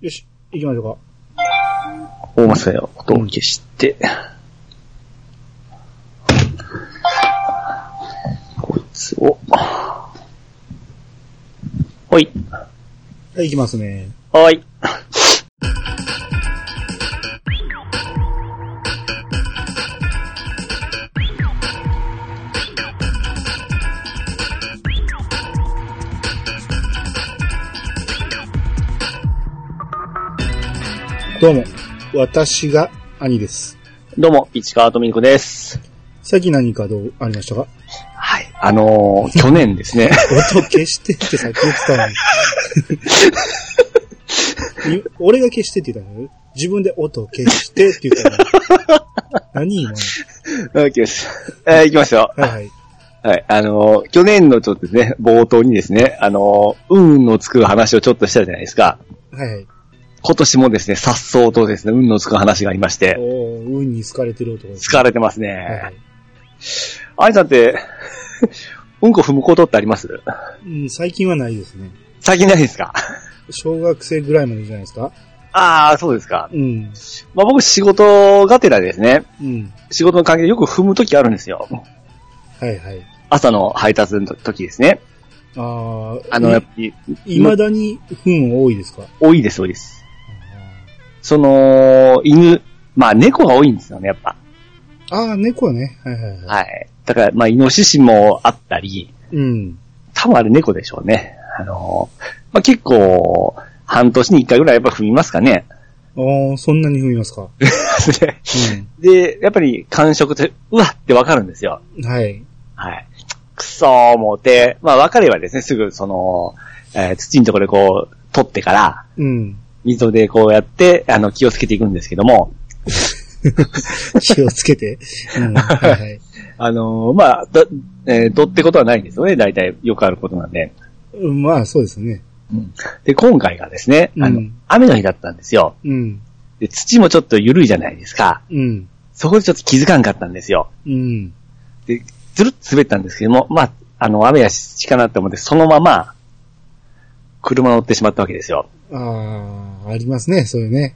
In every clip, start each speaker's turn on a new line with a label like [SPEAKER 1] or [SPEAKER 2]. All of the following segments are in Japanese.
[SPEAKER 1] よし、行きましょ
[SPEAKER 2] 大間さんは音を消して。こいつを。ほい。
[SPEAKER 1] うか。はい、行きますね。
[SPEAKER 2] はーい。
[SPEAKER 1] どうも、私が兄です。
[SPEAKER 2] どうも、市川とみるこです。
[SPEAKER 1] さっき何かどうありました か
[SPEAKER 2] はい。あの ー、去年ですね。
[SPEAKER 1] 音消してってさっき言ってたのに。い俺が消してって言ったのよ自分で音消してって言ったのに。何今
[SPEAKER 2] うん、行きます。えー、行きますよ。
[SPEAKER 1] のはいはい。
[SPEAKER 2] はい。あのー、去年のちょっとですね、冒頭にですね、あのー、運のつく話をちょっとしたじゃないですか。
[SPEAKER 1] はいはい。
[SPEAKER 2] 今年もですね、颯爽とですね、運のつく話がありまして、
[SPEAKER 1] おー、運に好かれてる男です。
[SPEAKER 2] 疲れてます
[SPEAKER 1] はいは
[SPEAKER 2] ね。
[SPEAKER 1] い。
[SPEAKER 2] あいさんって、うんこ踏むことってあります
[SPEAKER 1] うん、最近はないですね。
[SPEAKER 2] 最近ないですか
[SPEAKER 1] 小学生ぐらいまでじゃないですか
[SPEAKER 2] ああ、そうですか。
[SPEAKER 1] うん。
[SPEAKER 2] まあ僕仕事がてらですね、
[SPEAKER 1] うん。
[SPEAKER 2] 仕事の関係でよく踏むときあるんですよ。
[SPEAKER 1] はいはい。
[SPEAKER 2] 朝の配達の時ですね。
[SPEAKER 1] あー、
[SPEAKER 2] あの、やっぱり、
[SPEAKER 1] いまだに糞多いですか
[SPEAKER 2] 多いです、多いです。その、犬、まあ猫が多いんですよね、やっぱ。
[SPEAKER 1] あー、猫はね。はいはいは
[SPEAKER 2] はい。だから、まあ、イノシシもあったり、
[SPEAKER 1] い。うん。
[SPEAKER 2] 多分あれ猫でしょうね。あのーまあ、結構、半年に一回ぐらいやっぱ踏みますか ね。
[SPEAKER 1] あー、そんなに踏みますか
[SPEAKER 2] で、やっぱり感触って、うわってわかるんですよ。
[SPEAKER 1] うん。はい。
[SPEAKER 2] はい。くそー思って、まあ、わかればですね、すぐその、えー土のところでこう、取ってから、
[SPEAKER 1] うん。
[SPEAKER 2] 溝でこうやって、あの、気をつけていくんですけども、
[SPEAKER 1] 気をつけて。うん。はいはい。
[SPEAKER 2] あのーまあ、ど、えーどってことはないんですよね、大体よくあることなんで。
[SPEAKER 1] うんまあ、そうですね。
[SPEAKER 2] で、今回がですね、あの、
[SPEAKER 1] うん
[SPEAKER 2] 雨の日だったんですよ。
[SPEAKER 1] うん。
[SPEAKER 2] で、土もちょっと緩いじゃないですか。
[SPEAKER 1] うん。
[SPEAKER 2] そこでちょっと気づかんかったんですよ。
[SPEAKER 1] うん。
[SPEAKER 2] で、ずるっと滑ったんですけども、まあ、あの、雨やししかなって思って、そのまま、車乗ってしまったわけですよ。
[SPEAKER 1] ああ、ありますね、そういうね。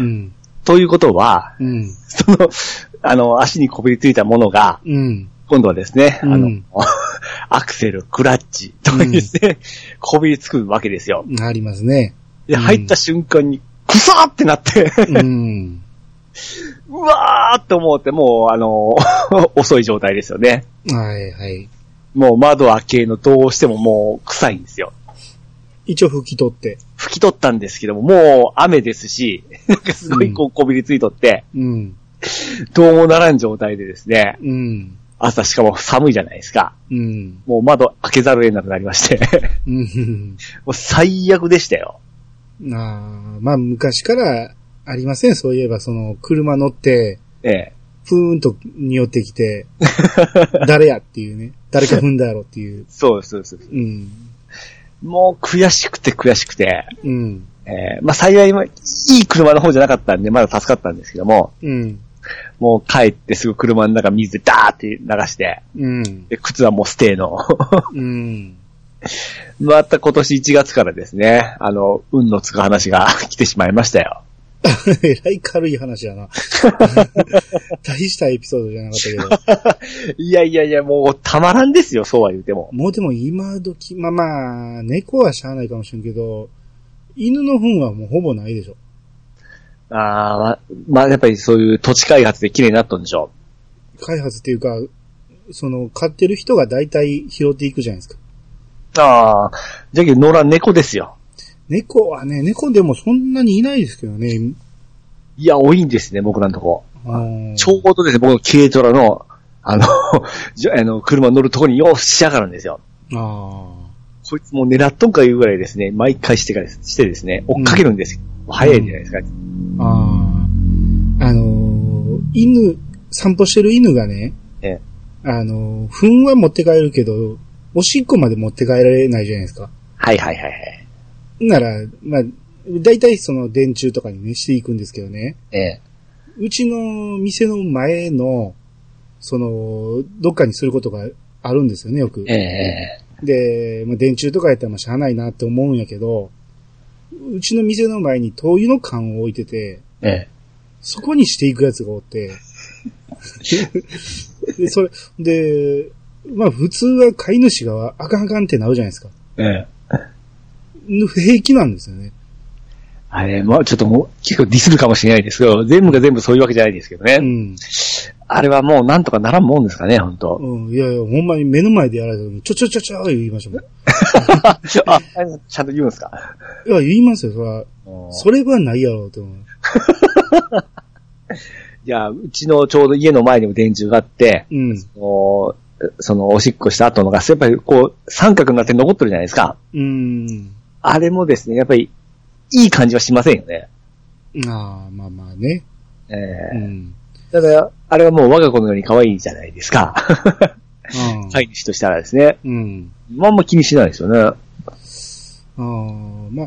[SPEAKER 1] うん。
[SPEAKER 2] ということは、
[SPEAKER 1] うん。
[SPEAKER 2] その、あの、足にこびりついたものが、
[SPEAKER 1] うん。
[SPEAKER 2] 今度はですね、あの、
[SPEAKER 1] うん
[SPEAKER 2] アクセル、クラッチとかにですね、こびりつくわけですよ。
[SPEAKER 1] ありますね。
[SPEAKER 2] で、
[SPEAKER 1] うん
[SPEAKER 2] 入った瞬間に、くそーってなって、
[SPEAKER 1] うん。
[SPEAKER 2] うわーって思って、もう、あの、 遅い状態ですよね。
[SPEAKER 1] はいはい。
[SPEAKER 2] もう窓開けるのどうしてももう臭いんですよ。
[SPEAKER 1] 一応拭き取って。
[SPEAKER 2] 拭き取ったんですけども、もう雨ですし、 なんかすごいこうこびりついとって、
[SPEAKER 1] うん。
[SPEAKER 2] どうもならん状態でですね、
[SPEAKER 1] うん。
[SPEAKER 2] 朝しかも寒いじゃないですか。
[SPEAKER 1] うん。
[SPEAKER 2] もう窓開けざるを得なくなりまして、
[SPEAKER 1] うん。
[SPEAKER 2] もう最悪でしたよ。
[SPEAKER 1] ああ、まあ、昔からありません、そういえば、その、車乗って、
[SPEAKER 2] ええ。
[SPEAKER 1] ふーんと匂ってきて、 誰やっていうね。誰か踏んだやろっていう。
[SPEAKER 2] そうです、そうです。
[SPEAKER 1] うん。
[SPEAKER 2] もう悔しくて悔しくて、
[SPEAKER 1] うん。
[SPEAKER 2] ええまあ幸い、いい車の方じゃなかったんで、まだ助かったんですけども、
[SPEAKER 1] うん。
[SPEAKER 2] もう帰ってすぐ車の中水でダーって流して、
[SPEAKER 1] うん。
[SPEAKER 2] で靴はもうステイの。
[SPEAKER 1] うん。
[SPEAKER 2] また今年1月からですね、あの、運のつく話が 来てしまいましたよ。
[SPEAKER 1] えらい軽い話やな。 大したエピソードじゃなかったけど。
[SPEAKER 2] いやいやいや、もうたまらんですよ、そうは言うても。
[SPEAKER 1] もうでも今時、まあまあ、猫はしゃあないかもしれんけど、犬の糞はもうほぼないでしょ。
[SPEAKER 2] ああ、ま、まあ、やっぱりそういう土地開発で綺麗になったんでしょ
[SPEAKER 1] 開発っていうか、その、飼ってる人が大体拾っていくじゃないですか。
[SPEAKER 2] う。ああ、じゃけど野良猫ですよ。
[SPEAKER 1] 猫はね、猫でもそんなにいないですけどね。
[SPEAKER 2] いや、多いんですね、僕らのとこ。
[SPEAKER 1] あー
[SPEAKER 2] ちょうどですね、僕の軽トラの、あの、 じゃあの、車乗るとこにようしやがるんですよ。
[SPEAKER 1] あ
[SPEAKER 2] こいつもう狙っとんかいうぐらいですね、毎回してから、してですね、追っかけるんですよ。早いんじゃないですか。
[SPEAKER 1] あ。ああ。あのー犬、散歩してる犬がね、
[SPEAKER 2] ええ
[SPEAKER 1] あのー糞は持って帰るけど、おしっこまで持って帰られないじゃないですか。
[SPEAKER 2] はいはいはいはい。
[SPEAKER 1] なら、まあ、大体その電柱とかにね、していくんですけどね。
[SPEAKER 2] ええ。
[SPEAKER 1] うちの店の前の、その、どっかにすることがあるんですよね、よく。
[SPEAKER 2] ええ。
[SPEAKER 1] で、まあ、電柱とかやったらまあしゃあないなって思うんやけど、うちの店の前に灯油の缶を置いてて、
[SPEAKER 2] ええ。
[SPEAKER 1] そこにしていくやつがおって、で、それ、で、まあ普通は飼い主があかんあかんってなるじゃないですか。
[SPEAKER 2] ええ。
[SPEAKER 1] 平気なんですよね。
[SPEAKER 2] あれ、まあちょっともう、結構ディスるかもしれないですけど、全部が全部そういうわけじゃないですけどね。
[SPEAKER 1] うん。
[SPEAKER 2] あれはもうなんとかならんもんですかね、本当
[SPEAKER 1] うん。いやいや、ほんまに目の前でやられた時に、ちょちょちょちょ言いましたもん。
[SPEAKER 2] あ、ちゃんと言うんですか
[SPEAKER 1] いや、言いますよ、それは。それはないやろうと思う。
[SPEAKER 2] いや、うちのちょうど家の前にも電柱があって、
[SPEAKER 1] うん。
[SPEAKER 2] おそのおしっこした後のガス、やっぱりこう、三角になって残ってるじゃないですか。
[SPEAKER 1] うん。
[SPEAKER 2] あれもですね、やっぱり、いい感じはしませんよね。
[SPEAKER 1] ああ、まあまあね。
[SPEAKER 2] え
[SPEAKER 1] う
[SPEAKER 2] え
[SPEAKER 1] ん。
[SPEAKER 2] だから、あれはもう我が子のように可愛いじゃないですか。飼
[SPEAKER 1] い。
[SPEAKER 2] い主としたらですね。
[SPEAKER 1] うん。
[SPEAKER 2] まんま気にしないですよね。
[SPEAKER 1] ああ、ま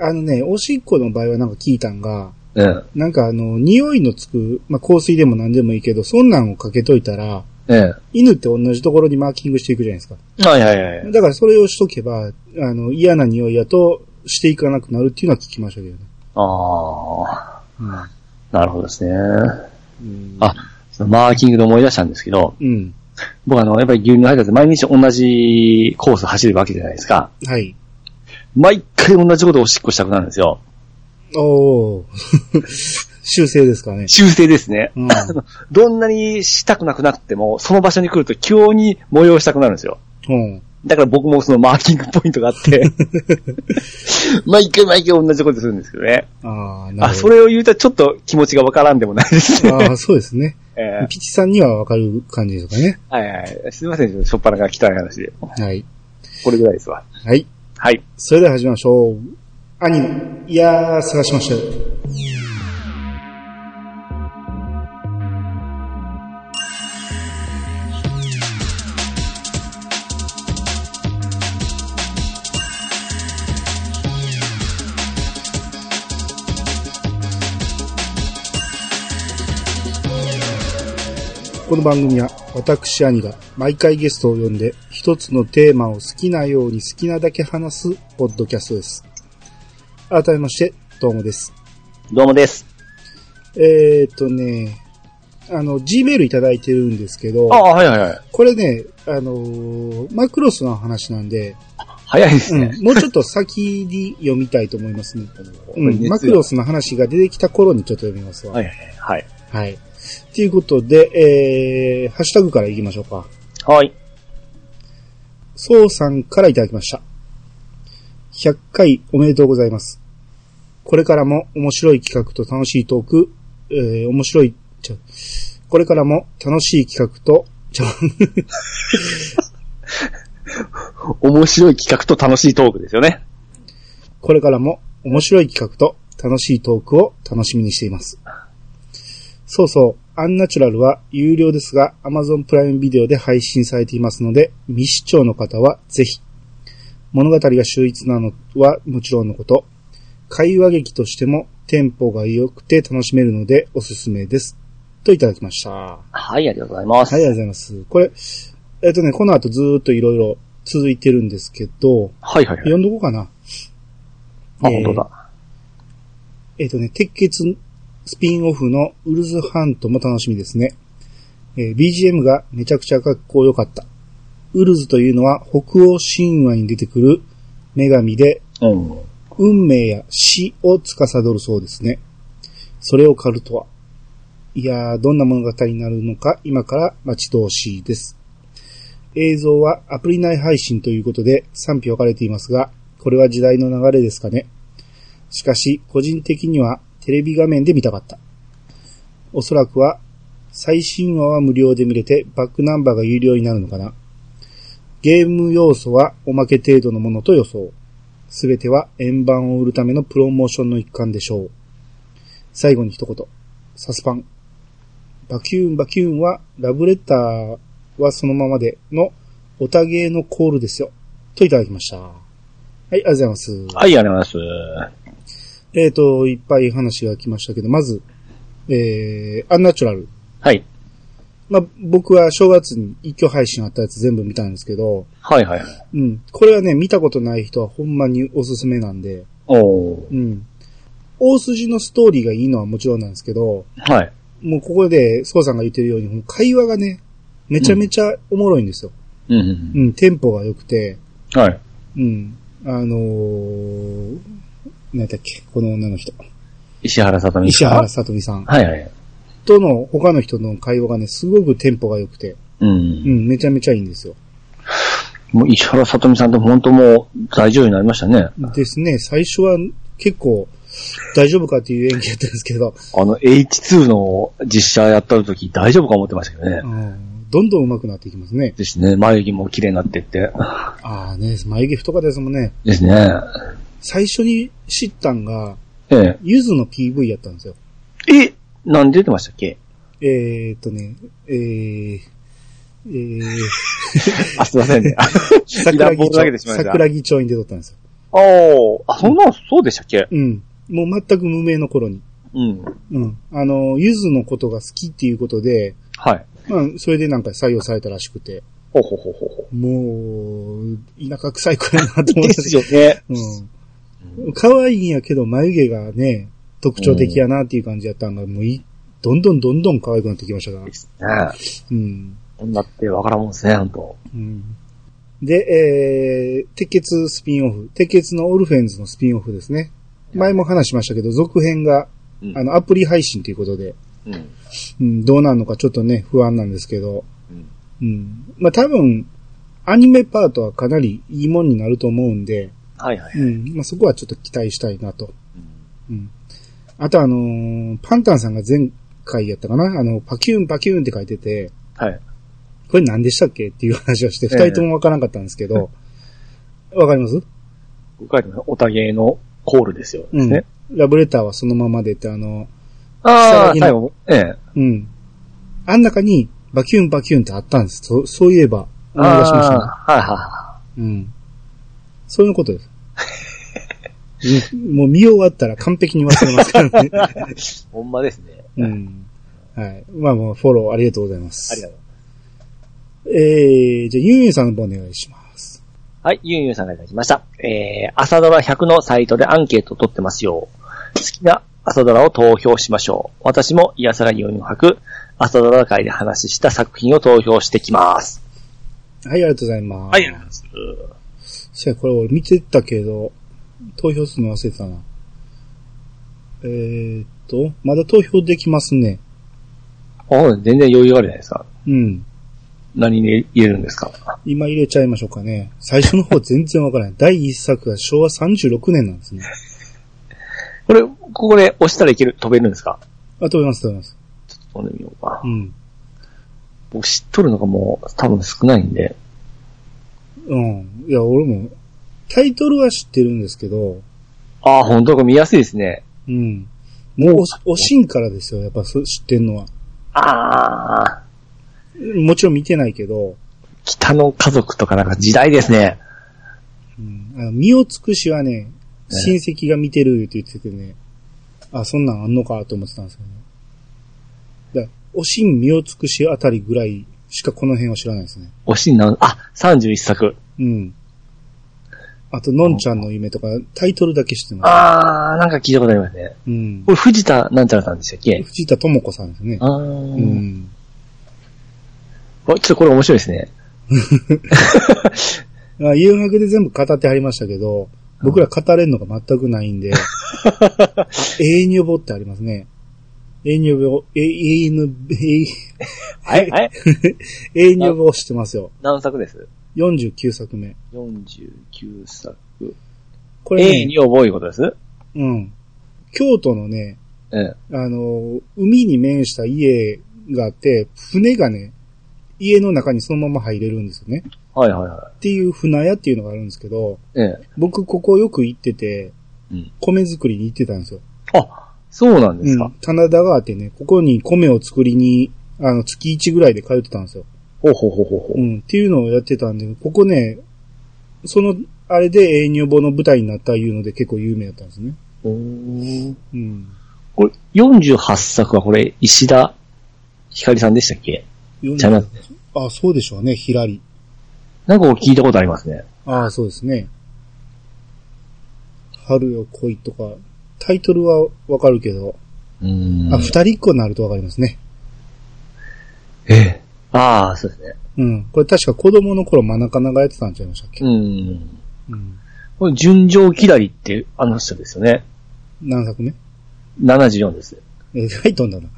[SPEAKER 1] あ、あのね、おしっこの場合はなんか聞いたんが、
[SPEAKER 2] うん。
[SPEAKER 1] なんかあの、匂いのつく、まあ、香水でも何でもいいけど、そんなんをかけといたら、
[SPEAKER 2] ええ。
[SPEAKER 1] 犬って同じところにマーキングしていくじゃないですか。
[SPEAKER 2] はいはいはい。
[SPEAKER 1] だからそれをしとけば、あの、嫌な匂いやと、していかなくなるっていうのは聞きましたけどね。
[SPEAKER 2] ああ、なるほどですね。
[SPEAKER 1] うん。
[SPEAKER 2] あ、そのマーキングで思い出したんですけど、
[SPEAKER 1] うん。
[SPEAKER 2] 僕あの、やっぱり牛乳配達毎日同じコース走るわけじゃないですか。
[SPEAKER 1] はい。
[SPEAKER 2] 毎回同じことをおしっこしたくなるんですよ。
[SPEAKER 1] おー。 修正ですかね。
[SPEAKER 2] 修正ですね。
[SPEAKER 1] うん。
[SPEAKER 2] どんなにしたくなくなっても、その場所に来ると急に模様したくなるんですよ。
[SPEAKER 1] うん。
[SPEAKER 2] だから僕もそのマーキングポイントがあって、 毎回毎回同じことするんですけどね。
[SPEAKER 1] ああ、な
[SPEAKER 2] あ、
[SPEAKER 1] る
[SPEAKER 2] そ
[SPEAKER 1] ほど。
[SPEAKER 2] れを言うとちょっと気持ちがわからんでもないですね。
[SPEAKER 1] ああ、そうですね。
[SPEAKER 2] えー
[SPEAKER 1] ピチさんにはわかる感じですかね。
[SPEAKER 2] はいはい。すいません、ちょっとしょっぱなから汚い話で。
[SPEAKER 1] はい。
[SPEAKER 2] これぐらいですわ。
[SPEAKER 1] はい。
[SPEAKER 2] はい。
[SPEAKER 1] それでは始めましょう。兄の、いやー、探しましたよ。この番組は私兄が毎回ゲストを呼んで一つのテーマを好きなように好きなだけ話すポッドキャストです。改めまして、どうもです。
[SPEAKER 2] どうもです。
[SPEAKER 1] えー、っとね、あの、G メールいただいてるんですけど
[SPEAKER 2] あ、あ、はいはいはい。
[SPEAKER 1] これね、あのーマクロスの話なんで、
[SPEAKER 2] 早いです
[SPEAKER 1] うん
[SPEAKER 2] ね。、
[SPEAKER 1] もうちょっと先に読みたいと思いますね。う
[SPEAKER 2] 熱
[SPEAKER 1] ん、
[SPEAKER 2] 量
[SPEAKER 1] マクロスの話が出てきた頃にちょっと読みますわ。
[SPEAKER 2] は
[SPEAKER 1] はいい。
[SPEAKER 2] はいはい。
[SPEAKER 1] と、い、うことで、えー、ハッシュタグから行きましょうか。
[SPEAKER 2] はい。
[SPEAKER 1] そうさんからいただきました。100回おめでとうございます。これからも面白い企画と楽しいトーク、えー、面白い、ちゃ、これからも楽しい企画と、ちゃ、
[SPEAKER 2] 面白い企画と楽しいトークですよね。
[SPEAKER 1] これからも面白い企画と楽しいトークを楽しみにしています。そうそう、アンナチュラルは有料ですが Amazon プライムビデオで配信されていますので、未視聴の方はぜひ。物語が秀逸なのはもちろんのこと、会話劇としてもテンポが良くて楽しめるのでおすすめです。といただきました。は
[SPEAKER 2] はい、ありがとうございま
[SPEAKER 1] い、あ
[SPEAKER 2] す。
[SPEAKER 1] りがとうございます。これ、えっとね、この後ずーっといろいろ続いてるんですけど、
[SPEAKER 2] はいはいはい。
[SPEAKER 1] 読んどこうかな。
[SPEAKER 2] あ、
[SPEAKER 1] えー
[SPEAKER 2] 本当だ。
[SPEAKER 1] えっ、とね、鉄血スピンオフのウルズハントも楽しみですね。えー BGM がめちゃくちゃかっこよかった。ウルズというのは北欧神話に出てくる女神で
[SPEAKER 2] うん。は
[SPEAKER 1] 運命や死を司るそうですね。それを狩るとは。いやー、どんな物語になるのか今から待ち遠しいです。映像はアプリ内配信ということで賛否分かれていますが、これは時代の流れですかね。しかし、個人的にはテレビ画面で見たかった。おそらくは、最新話は無料で見れてバックナンバーが有料になるのかな。ゲーム要素はおまけ程度のものと予想。すべては円盤を売るためのプロモーションの一環でしょう。最後に一言。サスパン。バキューンバキューンはラブレターはそのままでのおたげのコールですよ。といただきました。はい、ありがとうございます。
[SPEAKER 2] い、ありがとうございます。
[SPEAKER 1] えっ、と、いっぱい話が来ましたけど、まず、えー、アンナチュラル。
[SPEAKER 2] はい。
[SPEAKER 1] まあ、僕は正月に一挙配信あったやつ全部見たんですけど、
[SPEAKER 2] はいはいはい。
[SPEAKER 1] うん。これはね、見たことない人はほんまにおすすめなんで、
[SPEAKER 2] おー
[SPEAKER 1] うん。大筋のストーリーがいいのはもちろんなんですけど、
[SPEAKER 2] はい。
[SPEAKER 1] もうここで、スコさんが言ってるように、もう会話がね、めちゃめちゃおもろいんですよ。
[SPEAKER 2] うんう
[SPEAKER 1] うんん、テンポが良くて、
[SPEAKER 2] うん。はい。
[SPEAKER 1] うん。あのー、何だっけ、この女の人。
[SPEAKER 2] 石原さとみ
[SPEAKER 1] 石
[SPEAKER 2] さん。
[SPEAKER 1] 原さとみさん
[SPEAKER 2] はいはい。
[SPEAKER 1] との他の人の会話がね、すごくテンポが良くて、う
[SPEAKER 2] う。
[SPEAKER 1] んん、めちゃめちゃいいんですよ。
[SPEAKER 2] もう石原さとみさんと本当もう大女優になりましたね。
[SPEAKER 1] ですね、最初は結構大丈夫かっていう演技やったんですけど、
[SPEAKER 2] あの H2 の実写やった時大丈夫か思ってましたけどね
[SPEAKER 1] う。んどんどん上手くなっていきますね。
[SPEAKER 2] ですね。眉毛も綺麗になってって。
[SPEAKER 1] ああね、眉毛太かったですもんね。
[SPEAKER 2] ですね。
[SPEAKER 1] 最初に知ったんが、
[SPEAKER 2] ええ。
[SPEAKER 1] ゆずの PV やったんですよ。
[SPEAKER 2] え何出てましたっ け
[SPEAKER 1] えー、っとね、えー、えー、
[SPEAKER 2] あ、すいませんね。
[SPEAKER 1] 桜木
[SPEAKER 2] ボール投げて
[SPEAKER 1] 町、
[SPEAKER 2] しまいました
[SPEAKER 1] 桜木町に出とったんですよ。
[SPEAKER 2] あーあ、そんな、そうでしたっけ
[SPEAKER 1] うん。もう全く無名の頃に。
[SPEAKER 2] うん。
[SPEAKER 1] うん。あの、ゆずのことが好きっていうことで、
[SPEAKER 2] はい。
[SPEAKER 1] まあ、それでなんか採用されたらしくて、
[SPEAKER 2] ほうほうほうほうほ
[SPEAKER 1] もう、田舎 臭い子やなと思
[SPEAKER 2] う。
[SPEAKER 1] っ
[SPEAKER 2] で
[SPEAKER 1] てた
[SPEAKER 2] すよね。
[SPEAKER 1] うん。可愛いんやけど、眉毛がね、特徴的やなっていう感じやったんが、もうい、どんどんどんどん可愛くなってきましたから
[SPEAKER 2] で。すね。
[SPEAKER 1] うん。
[SPEAKER 2] 女ってわからんもんですね、本当
[SPEAKER 1] うん。で、えー、鉄血スピンオフ。鉄血のオルフェンズのスピンオフですね。前も話しましたけど、続編が、
[SPEAKER 2] うん
[SPEAKER 1] あの、アプリ配信ということで、
[SPEAKER 2] うん。
[SPEAKER 1] うん、どうなるのかちょっとね、不安なんですけど、
[SPEAKER 2] うん
[SPEAKER 1] うん。まあ、多分、アニメパートはかなりいいもんになると思うんで、
[SPEAKER 2] はいはい。
[SPEAKER 1] うん。まあ、そこはちょっと期待したいなと。うん。あとあのーパンタンさんが前回やったかなあの、パキューンパキューンって書いてて、
[SPEAKER 2] はい。
[SPEAKER 1] これ何でしたっけっていう話をして、
[SPEAKER 2] ええ
[SPEAKER 1] 二人ともわからなかったんですけ ど、わかります
[SPEAKER 2] 僕書いてます。おたげのコールですよ。
[SPEAKER 1] うん
[SPEAKER 2] ね。
[SPEAKER 1] ラブレターはそのままでってあの、草
[SPEAKER 2] あ
[SPEAKER 1] 薙
[SPEAKER 2] あ、
[SPEAKER 1] の
[SPEAKER 2] 最後、ええ。
[SPEAKER 1] うん。あん中に、バキューンバキューンってあったんです。そそういえば、思い出しましたね、
[SPEAKER 2] あーはいは
[SPEAKER 1] うん。そういうことです。うんもう見終わったら完璧に忘れますから ね。
[SPEAKER 2] いはい。ほんまですね。
[SPEAKER 1] うん。はい。まあまあ、フォローありがとうございます。
[SPEAKER 2] ありがとう。
[SPEAKER 1] えー、じゃあ、ユンユンさんの方お願いします。
[SPEAKER 2] はい、ゆんゆんさんがいただきました。えー、朝ドラ100のサイトでアンケートを取ってますよ。好きな朝ドラを投票しましょう。私もイヤサラユンを吐く朝ドラ会で話した作品を投票してきます。
[SPEAKER 1] はい、ありがとうございます。
[SPEAKER 2] はい、ありがとうございます。
[SPEAKER 1] せや、これ俺見てたけど、投票するの忘れてたな。えーっと、まだ投票できますね。
[SPEAKER 2] お全然余裕があるじゃないですか。
[SPEAKER 1] うん。
[SPEAKER 2] 何に入れるんですか
[SPEAKER 1] 今入れちゃいましょうかね。最初の方全然わからない。第一作が昭和36年なんですね。
[SPEAKER 2] これ、ここで押したらいける、飛べるんですか
[SPEAKER 1] あ、飛びます、飛びます。
[SPEAKER 2] 飛んでみようか
[SPEAKER 1] う。ん。
[SPEAKER 2] 僕知っとるのがもう多分少ないんで。
[SPEAKER 1] うん。いや、俺も、タイトルは知ってるんですけど、
[SPEAKER 2] ああ、本当これ見やすいですね。
[SPEAKER 1] うん。もうお、おしんからですよ、やっぱそ知ってんのは。
[SPEAKER 2] ああ、
[SPEAKER 1] もちろん見てないけど、
[SPEAKER 2] 北の家族とかなんか時代ですね。
[SPEAKER 1] うんあの身を尽くしはね、
[SPEAKER 2] え
[SPEAKER 1] 親戚が見てるって言っててね、あ、そんなんあんのかと思ってたんですけどね。だからおしん身を尽くしあたりぐらいしかこの辺は知らないですね。
[SPEAKER 2] おしんな、あ、31作。
[SPEAKER 1] うん。あと、のんちゃんの夢とか、タイトルだけ知ってま
[SPEAKER 2] ああ、なんか聞いたことありますね。
[SPEAKER 1] す。うん
[SPEAKER 2] こ。れ藤田なんちゃらさんでしたっけ
[SPEAKER 1] 藤田智子さんですね
[SPEAKER 2] あ。あ、
[SPEAKER 1] う
[SPEAKER 2] うん、
[SPEAKER 1] ん。
[SPEAKER 2] あちょっとこれ面白いですね。
[SPEAKER 1] まあ、誘惑で全部語ってはりましたけど、僕ら語れるのが全くないん で、永遠女房ってありますね。永遠女房、え永遠の、え
[SPEAKER 2] あれあれ
[SPEAKER 1] 永遠女房知ってますよ。
[SPEAKER 2] 何作です
[SPEAKER 1] 49作目。
[SPEAKER 2] ?49 作。
[SPEAKER 1] こ
[SPEAKER 2] 永
[SPEAKER 1] れ
[SPEAKER 2] 遠
[SPEAKER 1] ね、
[SPEAKER 2] に覚えることです
[SPEAKER 1] うん。京都のね、
[SPEAKER 2] ええ。
[SPEAKER 1] あの、海に面した家があって、船がね、家の中にそのまま入れるんですよね。
[SPEAKER 2] はいはいは
[SPEAKER 1] っていう船屋っていうのがあるんですけど、
[SPEAKER 2] い。ええ。
[SPEAKER 1] 僕ここよく行ってて、
[SPEAKER 2] うん
[SPEAKER 1] 米作りに行ってたんですよ。
[SPEAKER 2] あ、そうなんです
[SPEAKER 1] う
[SPEAKER 2] か
[SPEAKER 1] ん。。棚田があってね、ここに米を作りに、あの、月1ぐらいで通ってたんですよ。
[SPEAKER 2] ほうほうほうほうほう
[SPEAKER 1] う。ん。っていうのをやってたんで、ここね、その、あれで永遠女房の舞台になったいうので結構有名だったんですね。
[SPEAKER 2] おー
[SPEAKER 1] うん。
[SPEAKER 2] これ、48作はこれ、石田ひかりさんでしたっけじゃなくて。
[SPEAKER 1] あ、そうでしょうね、ひらり。
[SPEAKER 2] なんかこう聞いたことありますね。
[SPEAKER 1] ああ、そうですね。春よ来いとか、タイトルはわかるけど、
[SPEAKER 2] うん
[SPEAKER 1] あ、二人っ子になるとわかりますね。
[SPEAKER 2] ええ。ああ、そうですね。
[SPEAKER 1] うん。これ確か子供の頃真中がやってたんちゃいましたっけ
[SPEAKER 2] うん。
[SPEAKER 1] うん。
[SPEAKER 2] これ、純情きだりって、あの人ですよね。
[SPEAKER 1] 何作ね
[SPEAKER 2] 74です。
[SPEAKER 1] えー、はい、飛んだな。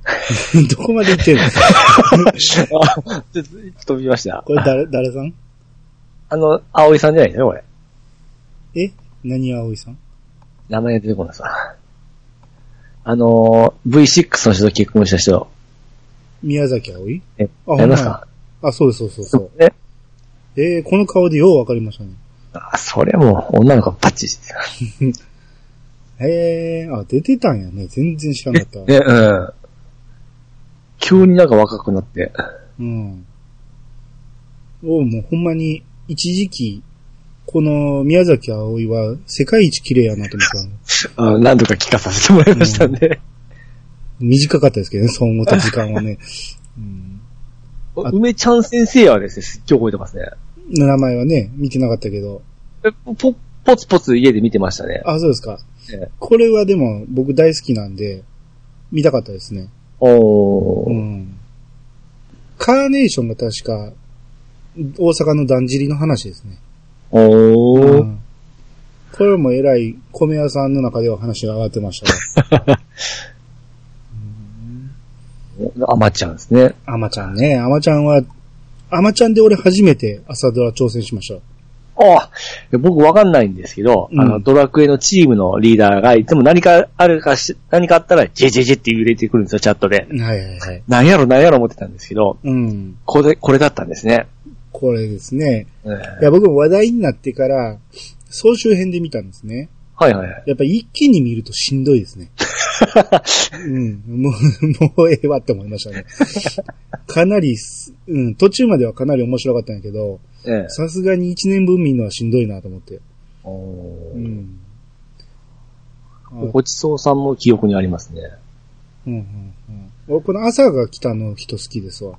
[SPEAKER 1] どこまで行ってるんですか
[SPEAKER 2] あ ちょっと飛びました。
[SPEAKER 1] これ誰、誰さん
[SPEAKER 2] あの、葵さんじゃないですね、これ。
[SPEAKER 1] え何葵さん
[SPEAKER 2] 名前出てこないさ。あのー、V6 の人と結婚した人。
[SPEAKER 1] 宮崎葵
[SPEAKER 2] え、
[SPEAKER 1] あ
[SPEAKER 2] ありますか
[SPEAKER 1] あ、そうです、そうそうそう。
[SPEAKER 2] ね。
[SPEAKER 1] えー、この顔でようわかりましたね。
[SPEAKER 2] あ、それもう女の子ばっちりです
[SPEAKER 1] えー、あ、出てたんやね。全然知らなかった。
[SPEAKER 2] ね、うん。急になんか若くなって。
[SPEAKER 1] うん。おもうほんまに、一時期、この宮崎葵は世界一綺麗やなと思ってたの。
[SPEAKER 2] あ何度か聞かさせてもらいましたんで。
[SPEAKER 1] 短かったですけどね、そう思った時間はね。うん、んあ
[SPEAKER 2] 梅ちゃん先生はですね、すっげえ覚えてますね。
[SPEAKER 1] 名前はね、見てなかったけど。
[SPEAKER 2] えぽ、ぽつぽつ家で見てましたね。
[SPEAKER 1] あ、そうですか
[SPEAKER 2] ええ。
[SPEAKER 1] これはでも僕大好きなんで、見たかったですね。
[SPEAKER 2] お
[SPEAKER 1] う
[SPEAKER 2] ー。
[SPEAKER 1] ん。カーネーションが確か、大阪のだんじりの話ですね。
[SPEAKER 2] お
[SPEAKER 1] う
[SPEAKER 2] ー。
[SPEAKER 1] んこれも偉い米屋さんの中では話が上がってましたね。
[SPEAKER 2] あまちゃんですね。
[SPEAKER 1] アマちゃんね。アマちゃんは、アマちゃんで俺初めて朝ドラ挑戦しました。
[SPEAKER 2] ああ僕わかんないんですけど、
[SPEAKER 1] うん
[SPEAKER 2] あの、ドラクエのチームのリーダーがいつも何かあるかし、何かあったら、ジェジェジェって揺れてくるんですよ、チャットで。
[SPEAKER 1] はいはいはい。
[SPEAKER 2] なんやろなんやろ思ってたんですけど、
[SPEAKER 1] うん。
[SPEAKER 2] これ、これだったんですね。
[SPEAKER 1] これですね。
[SPEAKER 2] うん
[SPEAKER 1] いや、僕も話題になってから、総集編で見たんですね。
[SPEAKER 2] はいはいはい。
[SPEAKER 1] やっぱ一気に見るとしんどいですね。うん。もう、もうええわって思いましたね。かなりす、うん、途中まではかなり面白かったんやけど、
[SPEAKER 2] ええ
[SPEAKER 1] さすがに一年分見るのはしんどいなと思って。
[SPEAKER 2] お
[SPEAKER 1] う
[SPEAKER 2] ー
[SPEAKER 1] ん。あ
[SPEAKER 2] ごちそうさんも記憶にありますね。
[SPEAKER 1] うんうんうん。俺、この朝が来たの人好きですわ。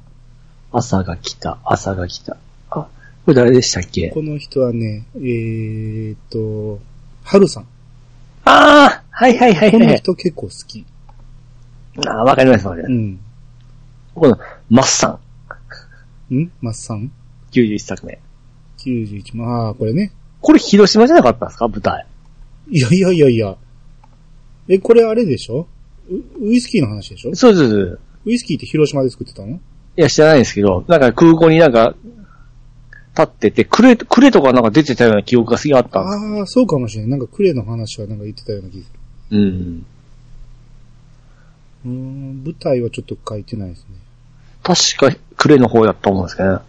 [SPEAKER 2] 朝が来た、朝が来た。あ、これ誰でしたっけ
[SPEAKER 1] この人はね、えー、っと、はるさん。
[SPEAKER 2] ああはいはいはい
[SPEAKER 1] こ
[SPEAKER 2] は
[SPEAKER 1] の
[SPEAKER 2] い。
[SPEAKER 1] 人結構好き。
[SPEAKER 2] ああ、わかりますわかりま
[SPEAKER 1] う
[SPEAKER 2] す。
[SPEAKER 1] ん。
[SPEAKER 2] この、マッサン、
[SPEAKER 1] んマッサン
[SPEAKER 2] 91作目。
[SPEAKER 1] ?91 万。あーこれね。
[SPEAKER 2] これ広島じゃなかったんですか舞台。
[SPEAKER 1] いやいやいやいや。え、これあれでしょウウイスキーの話でしょ
[SPEAKER 2] そうそうそう。
[SPEAKER 1] ウイスキーって広島で作ってたの
[SPEAKER 2] いや、知らないんですけど、なんか空港になんか、立ってて、クレ、クレとかなんか出てたような記憶がすげえあったんです。
[SPEAKER 1] ああ、そうかもしれない。なんかクレの話はなんか言ってたような気がする。
[SPEAKER 2] うん。
[SPEAKER 1] うーん、舞台はちょっと書いてないですね。
[SPEAKER 2] 確か、クレの方だったと思うんですけどね。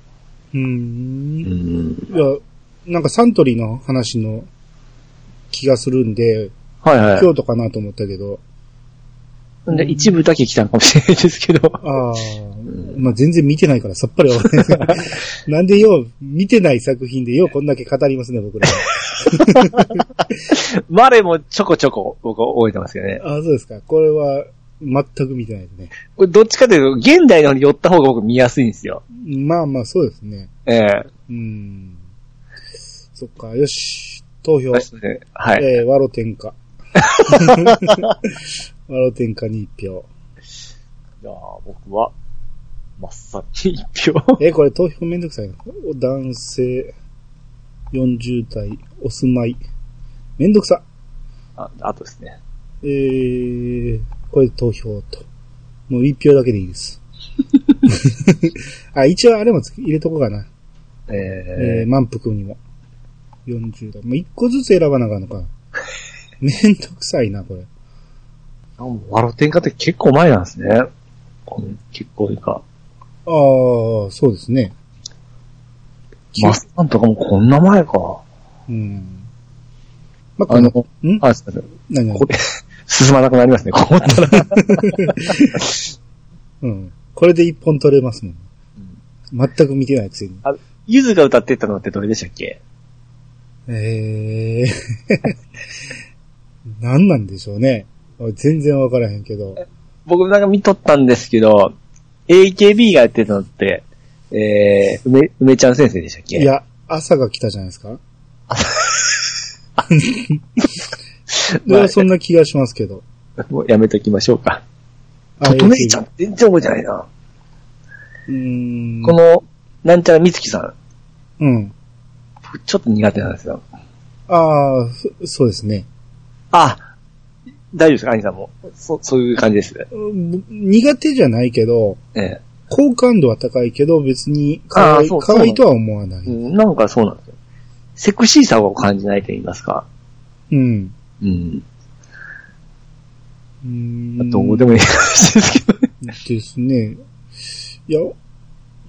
[SPEAKER 1] うー。
[SPEAKER 2] うんん。
[SPEAKER 1] いや、なんかサントリーの話の気がするんで、
[SPEAKER 2] はいはい。
[SPEAKER 1] 京都かなと思ったけど、
[SPEAKER 2] で、一部だけ来たのかもしれないですけど。
[SPEAKER 1] ああ、まあ全然見てないからさっぱりわかんないですけどなんでよう、見てない作品でようこんだけ語りますね、僕ら。
[SPEAKER 2] 我もちょこちょこ僕は覚えてますけどね。
[SPEAKER 1] ああ、そうですか。これは全く見てないですね。
[SPEAKER 2] これどっちかというと、現代の方に寄った方が僕見やすいんですよ。
[SPEAKER 1] まあまあ、そうですね。
[SPEAKER 2] ええ
[SPEAKER 1] うん。そっか、よし。投票。
[SPEAKER 2] そうですねはい。
[SPEAKER 1] えー、ワロ天 下。ワロ天下に1票。
[SPEAKER 2] じゃあ、僕は、真っ先に一票。
[SPEAKER 1] えーこれ投票めんどくさいな。男性、40代、お住まい。めんどくさ。
[SPEAKER 2] ああとですね。
[SPEAKER 1] えー、これで投票と。もう1票だけでいい です。あ、一応あれもつ入れとこうかな。
[SPEAKER 2] え
[SPEAKER 1] えー、
[SPEAKER 2] え
[SPEAKER 1] 満腹にも。40代。もう1個ずつ選ばなあかんの か。めんどくさいな、これ。
[SPEAKER 2] あもうワロテンカって結構前なんですね。うん結構というか。
[SPEAKER 1] ああ、そうですね。
[SPEAKER 2] マスタンとかもこんな前か。
[SPEAKER 1] うん。まあ、こ
[SPEAKER 2] あの、
[SPEAKER 1] の、ん
[SPEAKER 2] あ、すいません
[SPEAKER 1] 何々
[SPEAKER 2] これ、 進まなくなりますね、こう思ったら。
[SPEAKER 1] うん。これで一本取れますもん。全く見てないくせに。
[SPEAKER 2] ゆずが歌ってたのってどれでしたっけ
[SPEAKER 1] ええー。何なんでしょうね。全然わからへんけど。
[SPEAKER 2] 僕なんか見とったんですけど、AKB がやってたのって、えー、梅、梅ちゃん先生でしたっけ
[SPEAKER 1] いや、朝が来たじゃないですか。ではそんな気がしますけど。
[SPEAKER 2] もうやめときましょうか。
[SPEAKER 1] あ
[SPEAKER 2] ととめいちゃん、全然覚えてないな。
[SPEAKER 1] うーん。
[SPEAKER 2] こ、の、なんちゃらみつきさん、
[SPEAKER 1] うん。
[SPEAKER 2] 僕ちょっと苦手なんですよ。
[SPEAKER 1] ああ、そそうですね。
[SPEAKER 2] あ、大丈夫ですか、兄さんも。そ、そういう感じです。
[SPEAKER 1] うん苦手じゃないけど、
[SPEAKER 2] ええ。
[SPEAKER 1] 好感度は高いけど、別に可愛
[SPEAKER 2] あー
[SPEAKER 1] い
[SPEAKER 2] そう
[SPEAKER 1] 可愛いとは思わない。
[SPEAKER 2] うんなんかそうなんですよ。セクシーさを感じないと言いますか。
[SPEAKER 1] うん。
[SPEAKER 2] うん。
[SPEAKER 1] うーん
[SPEAKER 2] どうでもいい話ですけど。
[SPEAKER 1] ですね。いや、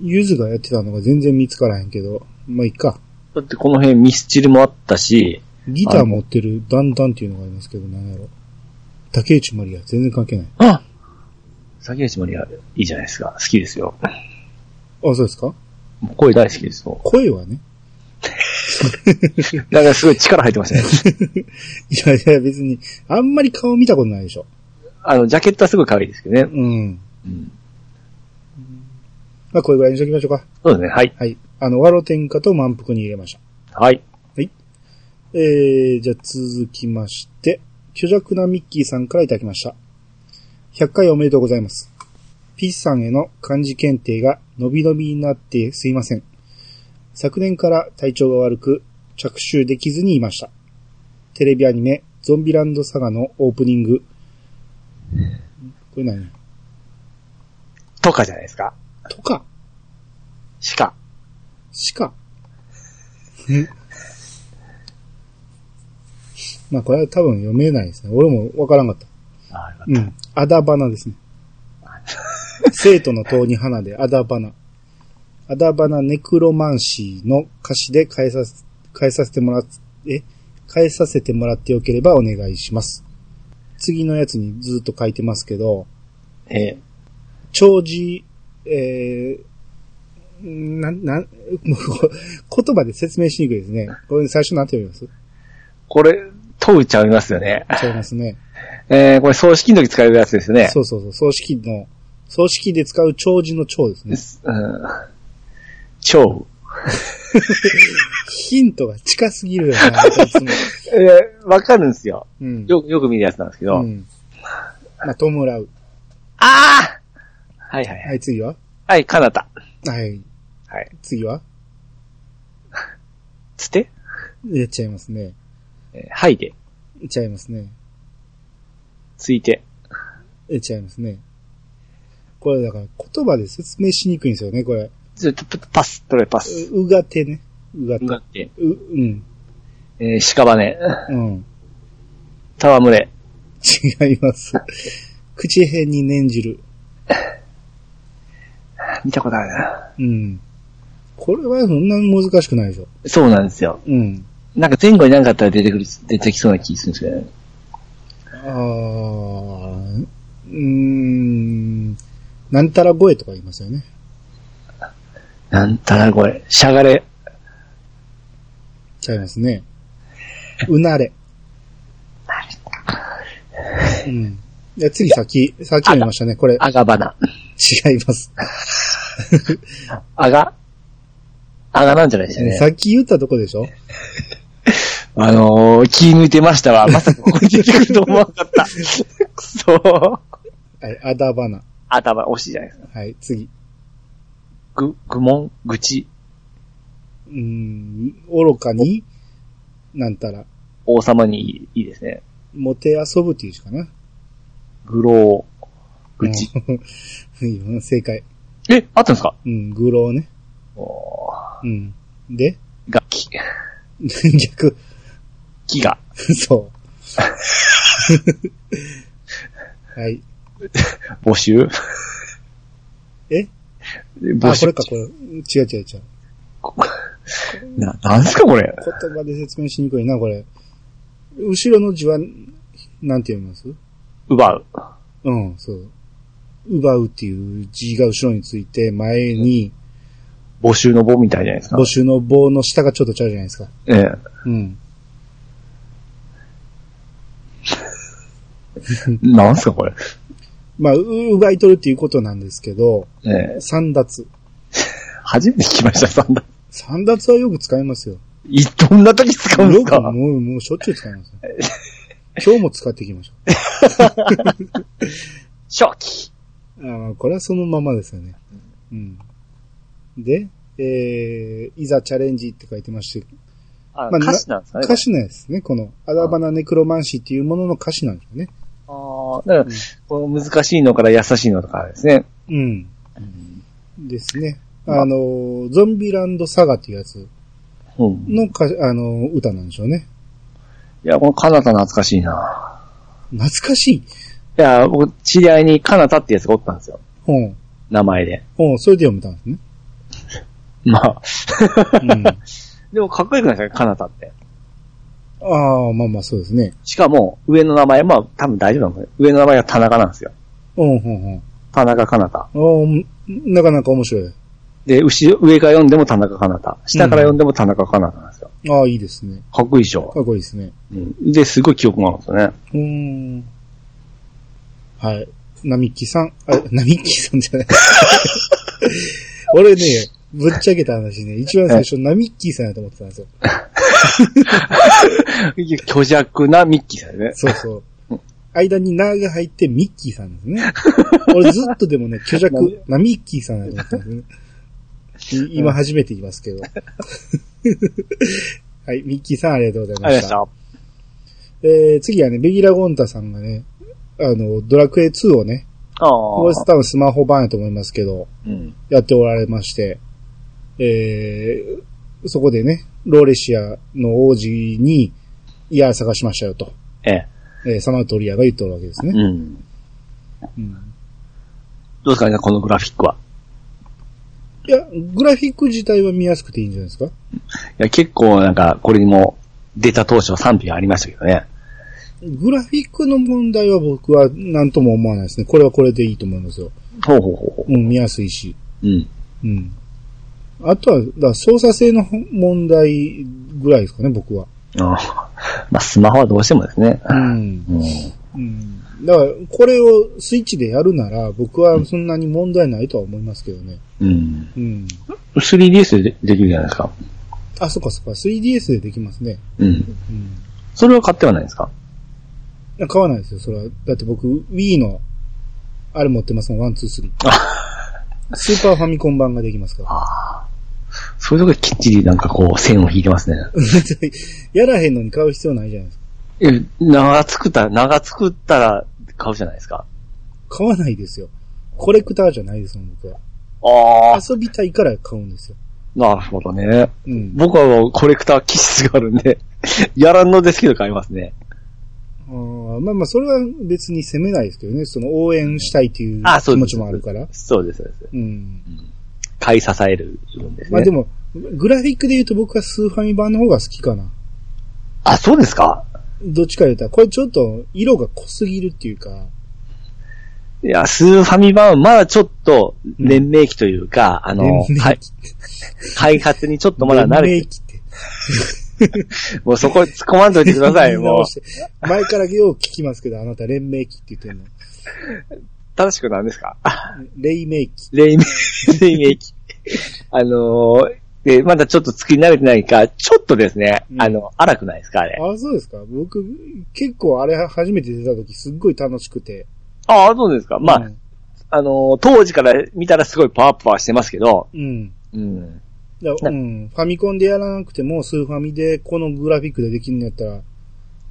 [SPEAKER 1] ゆずがやってたのが全然見つからへんけど、まあいいか。
[SPEAKER 2] だってこの辺ミスチルもあったし、
[SPEAKER 1] ギター持ってるダンダンっていうのがありますけど、なんやろ。竹内まりや、全然関係ない。
[SPEAKER 2] あ竹内まりや、いいじゃないですか。好きですよ。
[SPEAKER 1] あ、そうですか
[SPEAKER 2] もう声大好きですよ。
[SPEAKER 1] 声はね。
[SPEAKER 2] なんかすごい力入ってましたね。
[SPEAKER 1] いやいや、別に、あんまり顔見たことないでしょ。
[SPEAKER 2] あの、ジャケットはすごい可愛いですけどね。
[SPEAKER 1] うん。
[SPEAKER 2] うん。
[SPEAKER 1] まあ、これぐらいにしときましょうか。
[SPEAKER 2] そうですね。はい。
[SPEAKER 1] はい。あの、ワロ天下と満腹に入れました。
[SPEAKER 2] はい。
[SPEAKER 1] えー、じゃあ続きまして、虚弱なミッキーさんからいただきました。100回おめでとうございます。ピースさんへの漢字検定が伸び伸びになってすいません。昨年から体調が悪く着手できずにいました。テレビアニメ、ゾンビランドサガのオープニング。これ何
[SPEAKER 2] とかじゃないですか。
[SPEAKER 1] とか
[SPEAKER 2] しか。
[SPEAKER 1] しか。 まあこれは多分読めないですね。俺もわからんかった。
[SPEAKER 2] あよかっ
[SPEAKER 1] うん。アダバナです ね。生徒の塔に花でアダバナ。アダバナネクロマンシーの歌詞で変えさせ、変えさせてもらっ、え変えさせてもらってよければお願いします。次のやつにずっと書いてますけど、
[SPEAKER 2] たえ
[SPEAKER 1] 長寿、えー、なん、 なん、もう、言葉で説明しにくいですね。これ最初なんて読みます
[SPEAKER 2] ーこれ、問うちゃいますよね。
[SPEAKER 1] 違いますね。
[SPEAKER 2] えー、これ葬式の時使えるやつですよね。
[SPEAKER 1] そうそうそう。葬式の、葬式で使う長寿の長ですね。
[SPEAKER 2] うん。超。
[SPEAKER 1] ヒントが近すぎるよな、いつも。
[SPEAKER 2] えー、わかるんですよ。
[SPEAKER 1] うん。
[SPEAKER 2] よく、よく見るやつなんですけど。
[SPEAKER 1] うん。まあ、弔う。
[SPEAKER 2] ああはいはいは。
[SPEAKER 1] はいい、次は
[SPEAKER 2] はい、かなた。
[SPEAKER 1] はい、
[SPEAKER 2] はい。
[SPEAKER 1] 次は
[SPEAKER 2] つて、
[SPEAKER 1] やっちゃいますね。
[SPEAKER 2] えーはいで、
[SPEAKER 1] やっちゃいますね。
[SPEAKER 2] ついて。
[SPEAKER 1] やっちゃいますね。これだから言葉で説明しにくいんですよね、これ。
[SPEAKER 2] ずっとプパス、どれパス。
[SPEAKER 1] ううがてね。うがて。
[SPEAKER 2] だって、
[SPEAKER 1] う、うん。
[SPEAKER 2] えー、屍、
[SPEAKER 1] うん。
[SPEAKER 2] 戯れ、
[SPEAKER 1] 違います。口辺に念じる。
[SPEAKER 2] 見たことあるな。
[SPEAKER 1] うん。これはそんなに難しくないでしょ。
[SPEAKER 2] そうなんですよ。
[SPEAKER 1] うん。
[SPEAKER 2] なんか前後になんかあったら出てくる、出てきそうな気するんですけどね。
[SPEAKER 1] あー、うーん。なんたら声とか言いますよね。
[SPEAKER 2] なんたらこれ、しゃがれ、
[SPEAKER 1] ちゃいますね。うなれ。うん。いや、次先、先読みましたね。これ、
[SPEAKER 2] あがばな。
[SPEAKER 1] 違います。
[SPEAKER 2] あが、あがなんじゃないですかね。
[SPEAKER 1] さっき言ったとこでしょ
[SPEAKER 2] あのー、気抜いてましたわ。まさかここに出てくると思わなかった。くそ
[SPEAKER 1] はい、あだばな。
[SPEAKER 2] 頭、惜しいじゃないですか。
[SPEAKER 1] はい、次。
[SPEAKER 2] ぐ、愚問、愚痴、
[SPEAKER 1] うーん、愚かに、なんたら、
[SPEAKER 2] 王様にいいいいですね。
[SPEAKER 1] もてあそぶっていう字かな。
[SPEAKER 2] 愚弄、愚痴。
[SPEAKER 1] うん。正解。
[SPEAKER 2] え、あったんですか
[SPEAKER 1] うん、愚弄ね。
[SPEAKER 2] おー
[SPEAKER 1] うん。で、
[SPEAKER 2] 楽器、
[SPEAKER 1] 逆、
[SPEAKER 2] 木が、
[SPEAKER 1] そう。はい。
[SPEAKER 2] 募集。
[SPEAKER 1] え
[SPEAKER 2] 募
[SPEAKER 1] あ、こ
[SPEAKER 2] 集
[SPEAKER 1] れか、これ。違う違う違う。
[SPEAKER 2] な、なんすかこれ。
[SPEAKER 1] 言葉で説明しにくいな、これ。後ろの字は、なんて読みます
[SPEAKER 2] 奪う。
[SPEAKER 1] うん、そう。奪うっていう字が後ろについて、前に、
[SPEAKER 2] 募集の棒みたいじゃないですか。
[SPEAKER 1] 募集の棒の下がちょっとちゃうじゃないですか。
[SPEAKER 2] ええ。
[SPEAKER 1] うん。
[SPEAKER 2] なんすかこれ。
[SPEAKER 1] まあ、う奪い取るっていうことなんですけど、
[SPEAKER 2] ええ。
[SPEAKER 1] 三奪。
[SPEAKER 2] 初めて聞きました、そんな。
[SPEAKER 1] 三奪はよく使いますよ。
[SPEAKER 2] いどんな時使うんです
[SPEAKER 1] ロ
[SPEAKER 2] か
[SPEAKER 1] もう、もうしょっちゅう使います、ね。今日も使ってきましょ
[SPEAKER 2] 初期。
[SPEAKER 1] う。あーこれはそのままですよね。うん。で、えー、いざチャレンジって書いてまして、
[SPEAKER 2] あ、
[SPEAKER 1] まあ
[SPEAKER 2] 歌詞なんですかね。
[SPEAKER 1] 歌詞なんですね。この、アダバナネクロマンシーっていうものの歌詞なんですよね。
[SPEAKER 2] ああ、だから、こう難しいのから優しいのとかですね。
[SPEAKER 1] うん。ですね。あの、ゾンビランドサガっていうやつ
[SPEAKER 2] うん。い
[SPEAKER 1] の歌、あの、歌なんでしょうね。
[SPEAKER 2] や、このカナタ懐かしいな。
[SPEAKER 1] 懐かしい。
[SPEAKER 2] いや、僕、知り合いにカナタってやつがおったんですよ。
[SPEAKER 1] ほう。
[SPEAKER 2] 名前で。
[SPEAKER 1] ほう、それで読めたんですね。
[SPEAKER 2] まあ。
[SPEAKER 1] うん。
[SPEAKER 2] でもかっこよくないですか、カナタって。
[SPEAKER 1] ああ、まあまあそうですね。
[SPEAKER 2] しかも、上の名前、まあ、多分大丈夫なんですよ。上の名前が田中なんですよ。
[SPEAKER 1] うん、ほうほう。
[SPEAKER 2] 田中かなた。
[SPEAKER 1] おーんなかなか面白い。
[SPEAKER 2] で、牛上から読んでも田中かなた。下から読んでも田中かなたなんですよ。
[SPEAKER 1] ああ、いいですね。
[SPEAKER 2] かっこいいでしょ。
[SPEAKER 1] かっこいいですね。
[SPEAKER 2] うん、で、すごい記憶があるんですよね。
[SPEAKER 1] うーん。はい。並木さん、あ、並木さんじゃない。 俺ね、ぶっちゃけた話ね、一番最初、並木さんやと思ってたんですよ。
[SPEAKER 2] 巨弱なミッキーさんですね。
[SPEAKER 1] そうそう。間にナーが入ってミッキーさんですね。俺ずっとでもね、虚弱、ナミッキーさんだと思ってたんですね。い今初めて言いますけど。 はい、ミッキーさんありがとうござい
[SPEAKER 2] あ
[SPEAKER 1] ま
[SPEAKER 2] り
[SPEAKER 1] し
[SPEAKER 2] が
[SPEAKER 1] た。
[SPEAKER 2] とう
[SPEAKER 1] えー、次はね、ベギラ・ゴンタさんがね、あの、ドラクエ2をね、こ
[SPEAKER 2] ご
[SPEAKER 1] れ
[SPEAKER 2] ざ
[SPEAKER 1] 多
[SPEAKER 2] いました。ああ。
[SPEAKER 1] 分スマホ版やと思いますけど、
[SPEAKER 2] うん。
[SPEAKER 1] やっておられまして、えー、そこでね、ローレシアの王子に、いや、探しましたよと、
[SPEAKER 2] ええ。
[SPEAKER 1] えーサマトリアが言っておるわけですね。
[SPEAKER 2] うん。
[SPEAKER 1] うん
[SPEAKER 2] どうですかね、このグラフィックは。
[SPEAKER 1] いや、グラフィック自体は見やすくていいんじゃないですか
[SPEAKER 2] いや、結構なんか、これにも、出た当初賛否がありましたけどね。
[SPEAKER 1] グラフィックの問題は僕は何とも思わないですね。これはこれでいいと思いますよ。
[SPEAKER 2] ほうほうほうほ
[SPEAKER 1] うん、見やすいし。
[SPEAKER 2] う。うん。
[SPEAKER 1] うん。あとは、だから操作性の問題ぐらいですかね、僕は。
[SPEAKER 2] ああまあ、スマホはどうしてもですね。
[SPEAKER 1] うん。
[SPEAKER 2] うん。
[SPEAKER 1] うん。だから、これをスイッチでやるなら、僕はそんなに問題ないとは思いますけどね。
[SPEAKER 2] うん。
[SPEAKER 1] うん。
[SPEAKER 2] 3DS でできるじゃないですか。
[SPEAKER 1] あ、そっかそっか。3DS でできますね。
[SPEAKER 2] うん。
[SPEAKER 1] うん。
[SPEAKER 2] それは買ってはないんですか
[SPEAKER 1] いや買わないですよ、それは。だって僕、Wii の、あれ持ってますもん、ワン、ツー、スリー。 スーパーファミコン版ができますから。
[SPEAKER 2] そういうとこきっちりなんかこう線を引いてますね。
[SPEAKER 1] やらへんのに買う必要ないじゃないですか。
[SPEAKER 2] え、長作ったら、長作ったら買うじゃないですか。
[SPEAKER 1] 買わないですよ。コレクターじゃないですもん、僕は。
[SPEAKER 2] ああ、
[SPEAKER 1] 遊びたいから買うんですよ。
[SPEAKER 2] なるほどね。
[SPEAKER 1] うん。
[SPEAKER 2] 僕はもうコレクター気質があるんで、やらんのですけど買いますね。
[SPEAKER 1] あーまあまあ、それは別に責めないですけどね。その応援したいという
[SPEAKER 2] あそ
[SPEAKER 1] 気
[SPEAKER 2] う
[SPEAKER 1] 持
[SPEAKER 2] です
[SPEAKER 1] ちもあるから。
[SPEAKER 2] そうです、そうです。
[SPEAKER 1] うん。
[SPEAKER 2] 買い支えるんですね。
[SPEAKER 1] まあでも、グラフィックで言うと僕はスーファミ版の方が好きかな。
[SPEAKER 2] あ、そうですか
[SPEAKER 1] どっちか言うたら、これちょっと色が濃すぎるっていうか、
[SPEAKER 2] いや、スーファミ版はまだちょっと連盟期というか、あの、
[SPEAKER 1] 連盟期
[SPEAKER 2] はい開発にちょっとまだ慣
[SPEAKER 1] 黎
[SPEAKER 2] れ
[SPEAKER 1] 明期って。
[SPEAKER 2] て、もうそこ突っ込まんといてください、
[SPEAKER 1] 言い
[SPEAKER 2] もう
[SPEAKER 1] 直。して 前からよう聞きますけど、あなた連盟期って言ってるの。
[SPEAKER 2] 正しくなんですか
[SPEAKER 1] 黎明期。
[SPEAKER 2] 黎明、黎明期。あのーで、まだちょっと作り慣れてないか、ちょっとですね、
[SPEAKER 1] うん
[SPEAKER 2] あの、荒くないですか、あれ。
[SPEAKER 1] ああ、そうですか。僕、結構あれ初めて出た時すっごい楽しくて。
[SPEAKER 2] ああ、そうですか。まあ、
[SPEAKER 1] うん。
[SPEAKER 2] あのー当時から見たらすごいパワーアップはしてますけど、
[SPEAKER 1] うん
[SPEAKER 2] うん。
[SPEAKER 1] だからうんファミコンでやらなくても、スーファミでこのグラフィックでできるんやったら、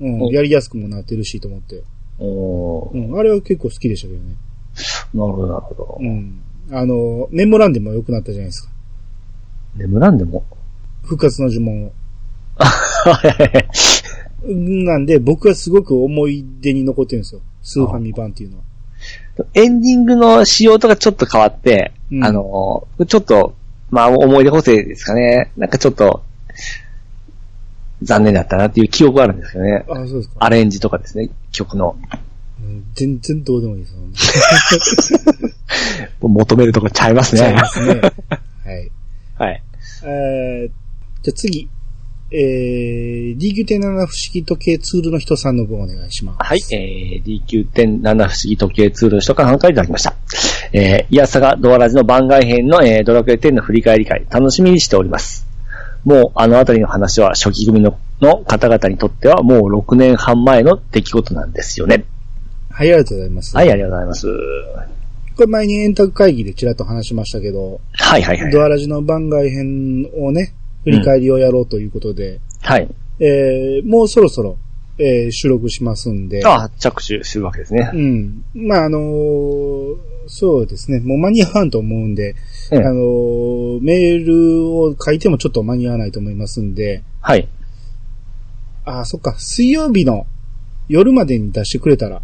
[SPEAKER 1] うん、
[SPEAKER 2] うん
[SPEAKER 1] やりやすくもなってるしと思って。
[SPEAKER 2] おー
[SPEAKER 1] うん、あれは結構好きでしたけどね。
[SPEAKER 2] なるほど、なるほど
[SPEAKER 1] う。ん。あの、ネモランでも良くなったじゃないですか。
[SPEAKER 2] 眠らんで も。
[SPEAKER 1] 復活の呪文を。
[SPEAKER 2] はい
[SPEAKER 1] なんで、僕はすごく思い出に残ってるんですよ。スーファミ版っていうのは。
[SPEAKER 2] エンディングの仕様とかちょっと変わって、
[SPEAKER 1] うん
[SPEAKER 2] あのーちょっと、まあ、思い出補正ですかね。なんかちょっと、残念だったなっていう記憶があるんですけどね。
[SPEAKER 1] ああ、そうですか。
[SPEAKER 2] アレンジとかですね、曲の。
[SPEAKER 1] うん全然どうでもいい ですよ。
[SPEAKER 2] 求めるとこちゃいます
[SPEAKER 1] ちゃい
[SPEAKER 2] ね。
[SPEAKER 1] ますね。はい。
[SPEAKER 2] はい。
[SPEAKER 1] えーじゃあ次。えー、D9.7 不思議時計ツールの人さんの分お願いします。
[SPEAKER 2] はい、えー、D9.7 不思議時計ツールの人から参加いただきました。えー、イヤサガドアラジの番外編の、えードラクエ10の振り返り会、楽しみにしております。もうあのあたりの話は初期組のの方々にとってはもう6年半前の出来事なんですよね。
[SPEAKER 1] はい、ありがとうございます。
[SPEAKER 2] はい、ありがとうございます。
[SPEAKER 1] これ前に円卓会議でちらっと話しましたけど、
[SPEAKER 2] はいはいはい。
[SPEAKER 1] ドアラジの番外編をね、振り返りをやろうということで、
[SPEAKER 2] はい。
[SPEAKER 1] えー、もうそろそろ、えー、収録しますんで、
[SPEAKER 2] あ、着手するわけですね
[SPEAKER 1] う。ん。まあ、あのーそうですね、もう間に合わんと思うんで、
[SPEAKER 2] ええ
[SPEAKER 1] あのーメールを書いてもちょっと間に合わないと思いますんで、
[SPEAKER 2] はい。
[SPEAKER 1] あ、そっか、水曜日の夜までに出してくれたら、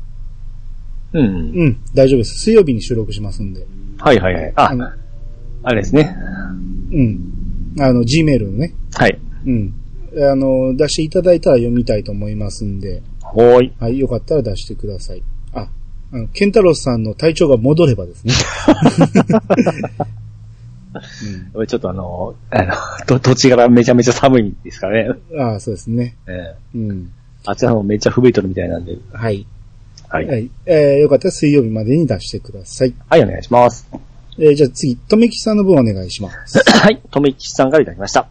[SPEAKER 2] うん。
[SPEAKER 1] うん、大丈夫です。水曜日に収録しますんで、
[SPEAKER 2] はいはいはい。あ
[SPEAKER 1] あの、
[SPEAKER 2] あれですね。
[SPEAKER 1] うん。あの、Gmail のね、
[SPEAKER 2] はい。
[SPEAKER 1] うん。あの、出していただいたら読みたいと思いますんで、
[SPEAKER 2] ほーい。
[SPEAKER 1] はい、よかったら出してください。あ、あの、ケンタロスさんの体調が戻ればですね。
[SPEAKER 2] ちょっとあの、あの、と 土地柄めちゃめちゃ寒いですからね。
[SPEAKER 1] うん、ああ、そうですね。
[SPEAKER 2] え
[SPEAKER 1] う
[SPEAKER 2] え
[SPEAKER 1] ん。
[SPEAKER 2] あちらもめっちゃ吹雪いとるみたいなんで。
[SPEAKER 1] はい。
[SPEAKER 2] はい。
[SPEAKER 1] は
[SPEAKER 2] はい、
[SPEAKER 1] い。えー、よかったら水曜日までに出してください。
[SPEAKER 2] お願いします。
[SPEAKER 1] えー、じゃあ次、とめきさんの分お願いし ます。
[SPEAKER 2] はい、とめきちさんからいただきました。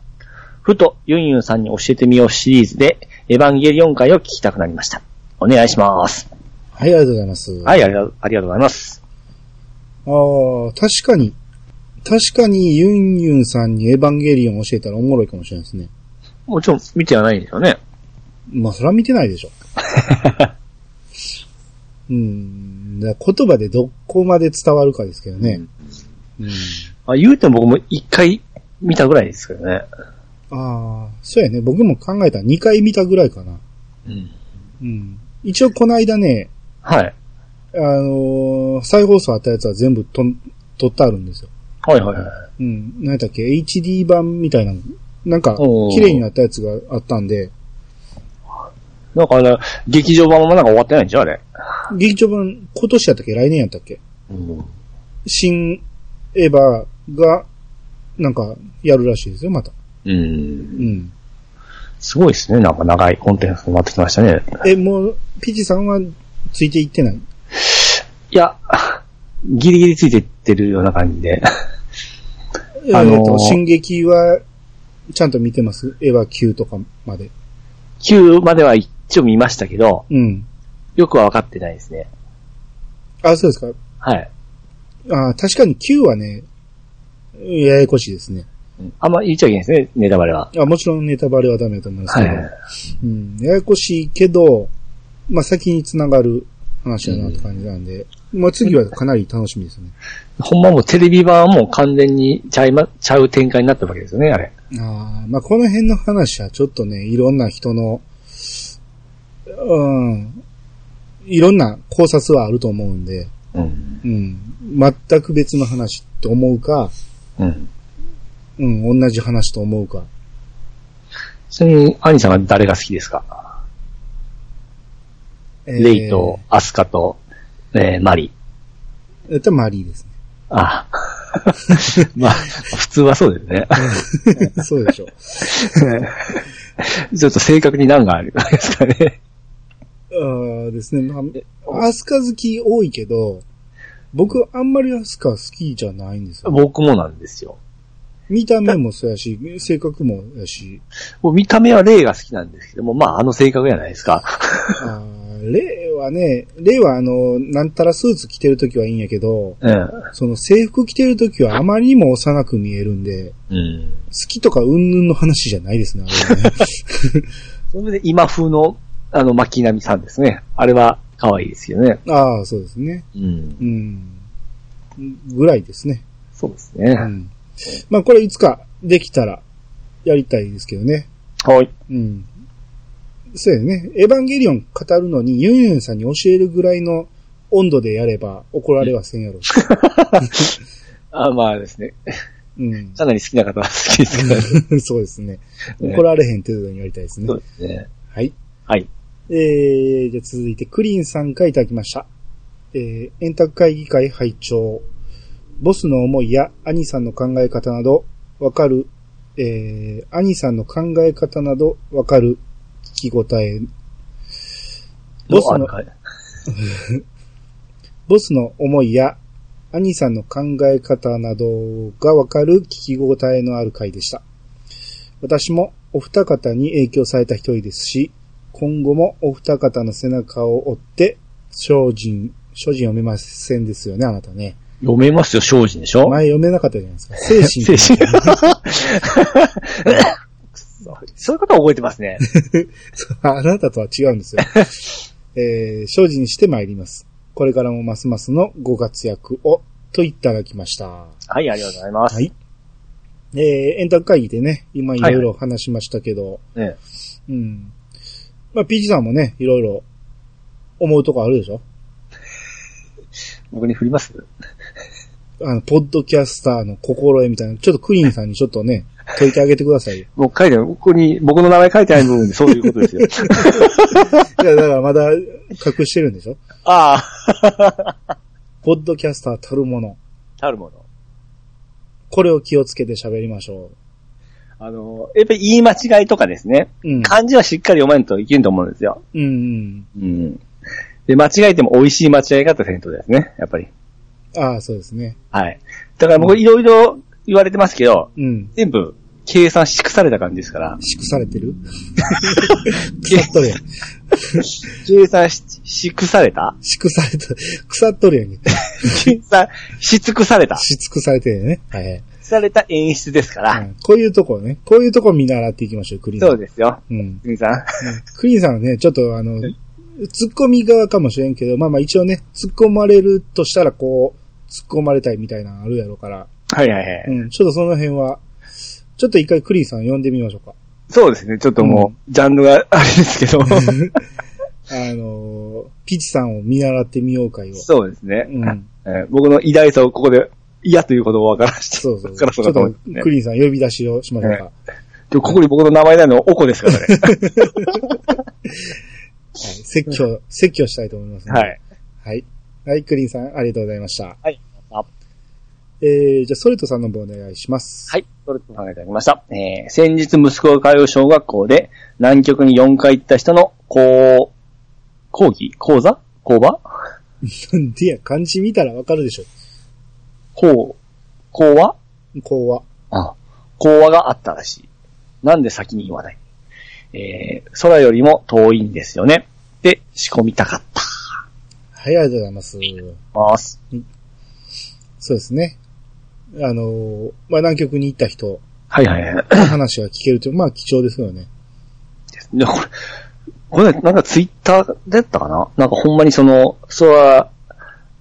[SPEAKER 2] ふと、ユンユンさんに教えてみようシリーズで、エヴァンゲリオン回を聞きたくなりました。お願いします。
[SPEAKER 1] はい、ありがとうございます。。
[SPEAKER 2] はいい、ありがありがとうございます。
[SPEAKER 1] ああ、確かに。確かに、ユンユンさんにエヴァンゲリオン教えたらおもろいかもしれないですね。
[SPEAKER 2] もちろん、見てはないんですよね。
[SPEAKER 1] まあ、それは見てない でしょ。うん。だから言葉でどこまで伝わるかですけどね。うん。
[SPEAKER 2] あ言うても僕も一回見たぐらいですけどね。
[SPEAKER 1] ああ、そうやね。僕も考えたら2回見たぐらいかな。
[SPEAKER 2] うん。
[SPEAKER 1] うん。一応この間ね、
[SPEAKER 2] はい。
[SPEAKER 1] あのー再放送あったやつは全部とん、撮ってあるんですよ。
[SPEAKER 2] はいはいは
[SPEAKER 1] う
[SPEAKER 2] い。
[SPEAKER 1] ん。何やったっけ ?HD 版みたいな、なんか、
[SPEAKER 2] おー
[SPEAKER 1] 綺麗になったやつがあったんで、
[SPEAKER 2] なんかあれ、劇場版もなんか終わってないんでしょあれ。
[SPEAKER 1] 劇場版今年やったっけ来年やったっけ
[SPEAKER 2] うん。
[SPEAKER 1] 新エヴァが、なんか、やるらしいですよ、また。
[SPEAKER 2] うん。
[SPEAKER 1] うん。
[SPEAKER 2] すごいですね。なんか長いコンテンツになってきましたね。
[SPEAKER 1] え、もう、ピチさんはついていってない
[SPEAKER 2] いや、 ギリギリついてってるような感じで。
[SPEAKER 1] あ
[SPEAKER 2] あ
[SPEAKER 1] の
[SPEAKER 2] のー
[SPEAKER 1] 進撃は、ちゃんと見てますエヴァ9とかまで。
[SPEAKER 2] 9までは一応見ましたけど、
[SPEAKER 1] うん。
[SPEAKER 2] よくは分かってないですね。
[SPEAKER 1] あ、そうですか。
[SPEAKER 2] はい。
[SPEAKER 1] あ確かに9はね、ややこしいですね。
[SPEAKER 2] うんあんま言っちゃいけないですね、ネタバレは。
[SPEAKER 1] あもちろんネタバレはダメだと思います
[SPEAKER 2] は
[SPEAKER 1] け
[SPEAKER 2] い
[SPEAKER 1] ど、。うん、ややこしいけど、まあ、先に繋がる話だなって感じなんで、まあ、次はかなり楽しみですね。
[SPEAKER 2] ほんまもうテレビ版はもう完全にちゃいま、ちゃう展開になったわけですよね、あれ。
[SPEAKER 1] あーまあ、この辺の話はちょっとね、いろんな人の、うん、いろんな考察はあると思うんで、
[SPEAKER 2] うん。
[SPEAKER 1] うん、全く別の話と思うか、
[SPEAKER 2] うん。
[SPEAKER 1] うん、同じ話と思うか。
[SPEAKER 2] ちなみに、アニさんは誰が好きですか、
[SPEAKER 1] え
[SPEAKER 2] レイと、アスカと、えー、マリ。
[SPEAKER 1] えっと、マリーですね。
[SPEAKER 2] あ まあ、 普通はそうです ね。
[SPEAKER 1] そうでしょう。
[SPEAKER 2] ちょっと正確に何があるんですか ね。
[SPEAKER 1] あーですね。まあ、アスカ好き多いけど、僕あんまりアスカ好きじゃないんですよ。
[SPEAKER 2] 僕もなんですよ。
[SPEAKER 1] 見た目もそうやし、性格もやし、
[SPEAKER 2] もう見た目はレイが好きなんですけども、まあ、あの性格じゃないです か。
[SPEAKER 1] あーレイはね、レイはあの、なんたらスーツ着てるときはいいんやけど、
[SPEAKER 2] うん。
[SPEAKER 1] その制服着てるときはあまりにも幼く見えるんで、
[SPEAKER 2] うん。
[SPEAKER 1] 好きとかうんぬんの話じゃないですね、あれ はね
[SPEAKER 2] それで今風の、あの、巻波さんですね。あれは可愛いですよね。
[SPEAKER 1] ああ、そうですね。
[SPEAKER 2] うん
[SPEAKER 1] う。ん。ぐらいですね。
[SPEAKER 2] そうですね。
[SPEAKER 1] うん。まあこれいつかできたらやりたいですけどね。
[SPEAKER 2] はい。
[SPEAKER 1] うん。そうやね。エヴァンゲリオン語るのにユンユンさんに教えるぐらいの温度でやれば怒られはせんやろうし。
[SPEAKER 2] あまあですね。
[SPEAKER 1] うん。
[SPEAKER 2] かなり好きな方は好きですからね。
[SPEAKER 1] そうですね。
[SPEAKER 2] ね
[SPEAKER 1] 怒られへん程度にやりたいですね
[SPEAKER 2] そ。うですね。
[SPEAKER 1] はい。
[SPEAKER 2] はい。
[SPEAKER 1] えー、じゃあ続いてクリーンさんからいただきました。えー、円卓会議会拝聴ボスの思いや兄さんの考え方などわかる、えー、兄さんの考え方などわかる聞き応えボスの
[SPEAKER 2] あるか
[SPEAKER 1] ボスの思いや、兄さんの考え方などがわかる聞き応えのある回でした。私もお二方に影響された一人ですし、今後もお二方の背中を追って、精進、精進読めませんですよね、あなたね。
[SPEAKER 2] 読めますよ、精進でしょ
[SPEAKER 1] 前読めなかったじゃないですか。精神。
[SPEAKER 2] 精神。 そういうことは覚えてますね。
[SPEAKER 1] あなたとは違うんですよ。えー、精進してまいります。これからもますますのご活躍を、といただきました。
[SPEAKER 2] はい、ありがとうございます。
[SPEAKER 1] はいえー、エンタ会議でね、今いろいろ話しましたけど、
[SPEAKER 2] ね
[SPEAKER 1] うん。まあ、PG さんもね、いろいろ思うとこあるでしょ
[SPEAKER 2] 僕に振ります
[SPEAKER 1] あの、ポッドキャスターの心得みたいな、ちょっとクイーンさんにちょっと ね、解いてあげてくださいよ。
[SPEAKER 2] もう書いてある。ここに、僕の名前書いてない部分でそういうことです よ。
[SPEAKER 1] いや、だからまだ隠してるんでしょ
[SPEAKER 2] ああ。
[SPEAKER 1] ポッドキャスターたるもの。
[SPEAKER 2] あるもの。
[SPEAKER 1] これを気をつけて喋りましょ
[SPEAKER 2] あの、やっぱり言い間違いとかですね。
[SPEAKER 1] う。うん。
[SPEAKER 2] 漢字はしっかり読まないといけんと思うんですよ。
[SPEAKER 1] うんうん。
[SPEAKER 2] うん。で、間違えても美味しい間違い方せんとですね。やっぱり。
[SPEAKER 1] ああ、そうですね。
[SPEAKER 2] はい。だから僕いろいろ言われてますけど、
[SPEAKER 1] うん。
[SPEAKER 2] 全部計算し尽くされた感じですから。
[SPEAKER 1] しくされて る腐っとるやん。
[SPEAKER 2] 計算しし尽くされた
[SPEAKER 1] しくされた、腐っとるやんけ。
[SPEAKER 2] 計算し尽くされた。し
[SPEAKER 1] しつくされてるよね。はいはい、
[SPEAKER 2] 尽くされた演出ですから。
[SPEAKER 1] うんこういうとこね、こういうとこ見習っていきましょう、クリーンさん。
[SPEAKER 2] そうですよ。
[SPEAKER 1] うん。
[SPEAKER 2] みさん。
[SPEAKER 1] クリーンさん はね、ちょっとあの、突っ込み側かもしれんけど、まあまあ一応ね、突っ込まれるとしたらこう、突っ込まれたいみたいなのあるやろから、
[SPEAKER 2] はいはいはい。
[SPEAKER 1] うん、ちょっとその辺は、ちょっと一回クリーンさん呼んでみましょうか。
[SPEAKER 2] そうですね。ちょっともう、ジャンルがあれですけど。
[SPEAKER 1] あのー、ピチさんを見習ってみよう会を。
[SPEAKER 2] そうですね、
[SPEAKER 1] うん。
[SPEAKER 2] えー僕の偉大さをここで嫌ということを分からして、
[SPEAKER 1] そうそう
[SPEAKER 2] か
[SPEAKER 1] そう。
[SPEAKER 2] ら
[SPEAKER 1] ち
[SPEAKER 2] そ
[SPEAKER 1] ょ
[SPEAKER 2] う
[SPEAKER 1] っ
[SPEAKER 2] だと
[SPEAKER 1] と
[SPEAKER 2] 思うんです
[SPEAKER 1] ク
[SPEAKER 2] ね。
[SPEAKER 1] リーンさん呼び出しをしましょうか。
[SPEAKER 2] でここに僕の名前ないのはおこですからね。
[SPEAKER 1] はい、説教、説教したいと思います、ね。
[SPEAKER 2] はい。
[SPEAKER 1] はい。はい、クリーンさん、ありがとうございました。
[SPEAKER 2] はい。あ
[SPEAKER 1] えー、じゃあ、ソリトさんの方お願いします。
[SPEAKER 2] はい。それと考えてありました。えー、先日息子が通う小学校で南極に4回行った人の、こう、講義講座講話
[SPEAKER 1] なんでや、漢字見たらわかるでしょ。
[SPEAKER 2] 講、講話
[SPEAKER 1] こうは。
[SPEAKER 2] あ、講話があったらしい。なんで先に言わないえー、空よりも遠いんですよね。で、仕込みたかった。
[SPEAKER 1] はい、ありがとうございます。
[SPEAKER 2] ます。
[SPEAKER 1] そうですね。あのーまあ、南極に行った 人
[SPEAKER 2] はいはいはい。
[SPEAKER 1] の話が聞けるという、まあ、貴重ですよね。
[SPEAKER 2] いや、これ、これ、なんかツイッターだったかななんかほんまにその、空、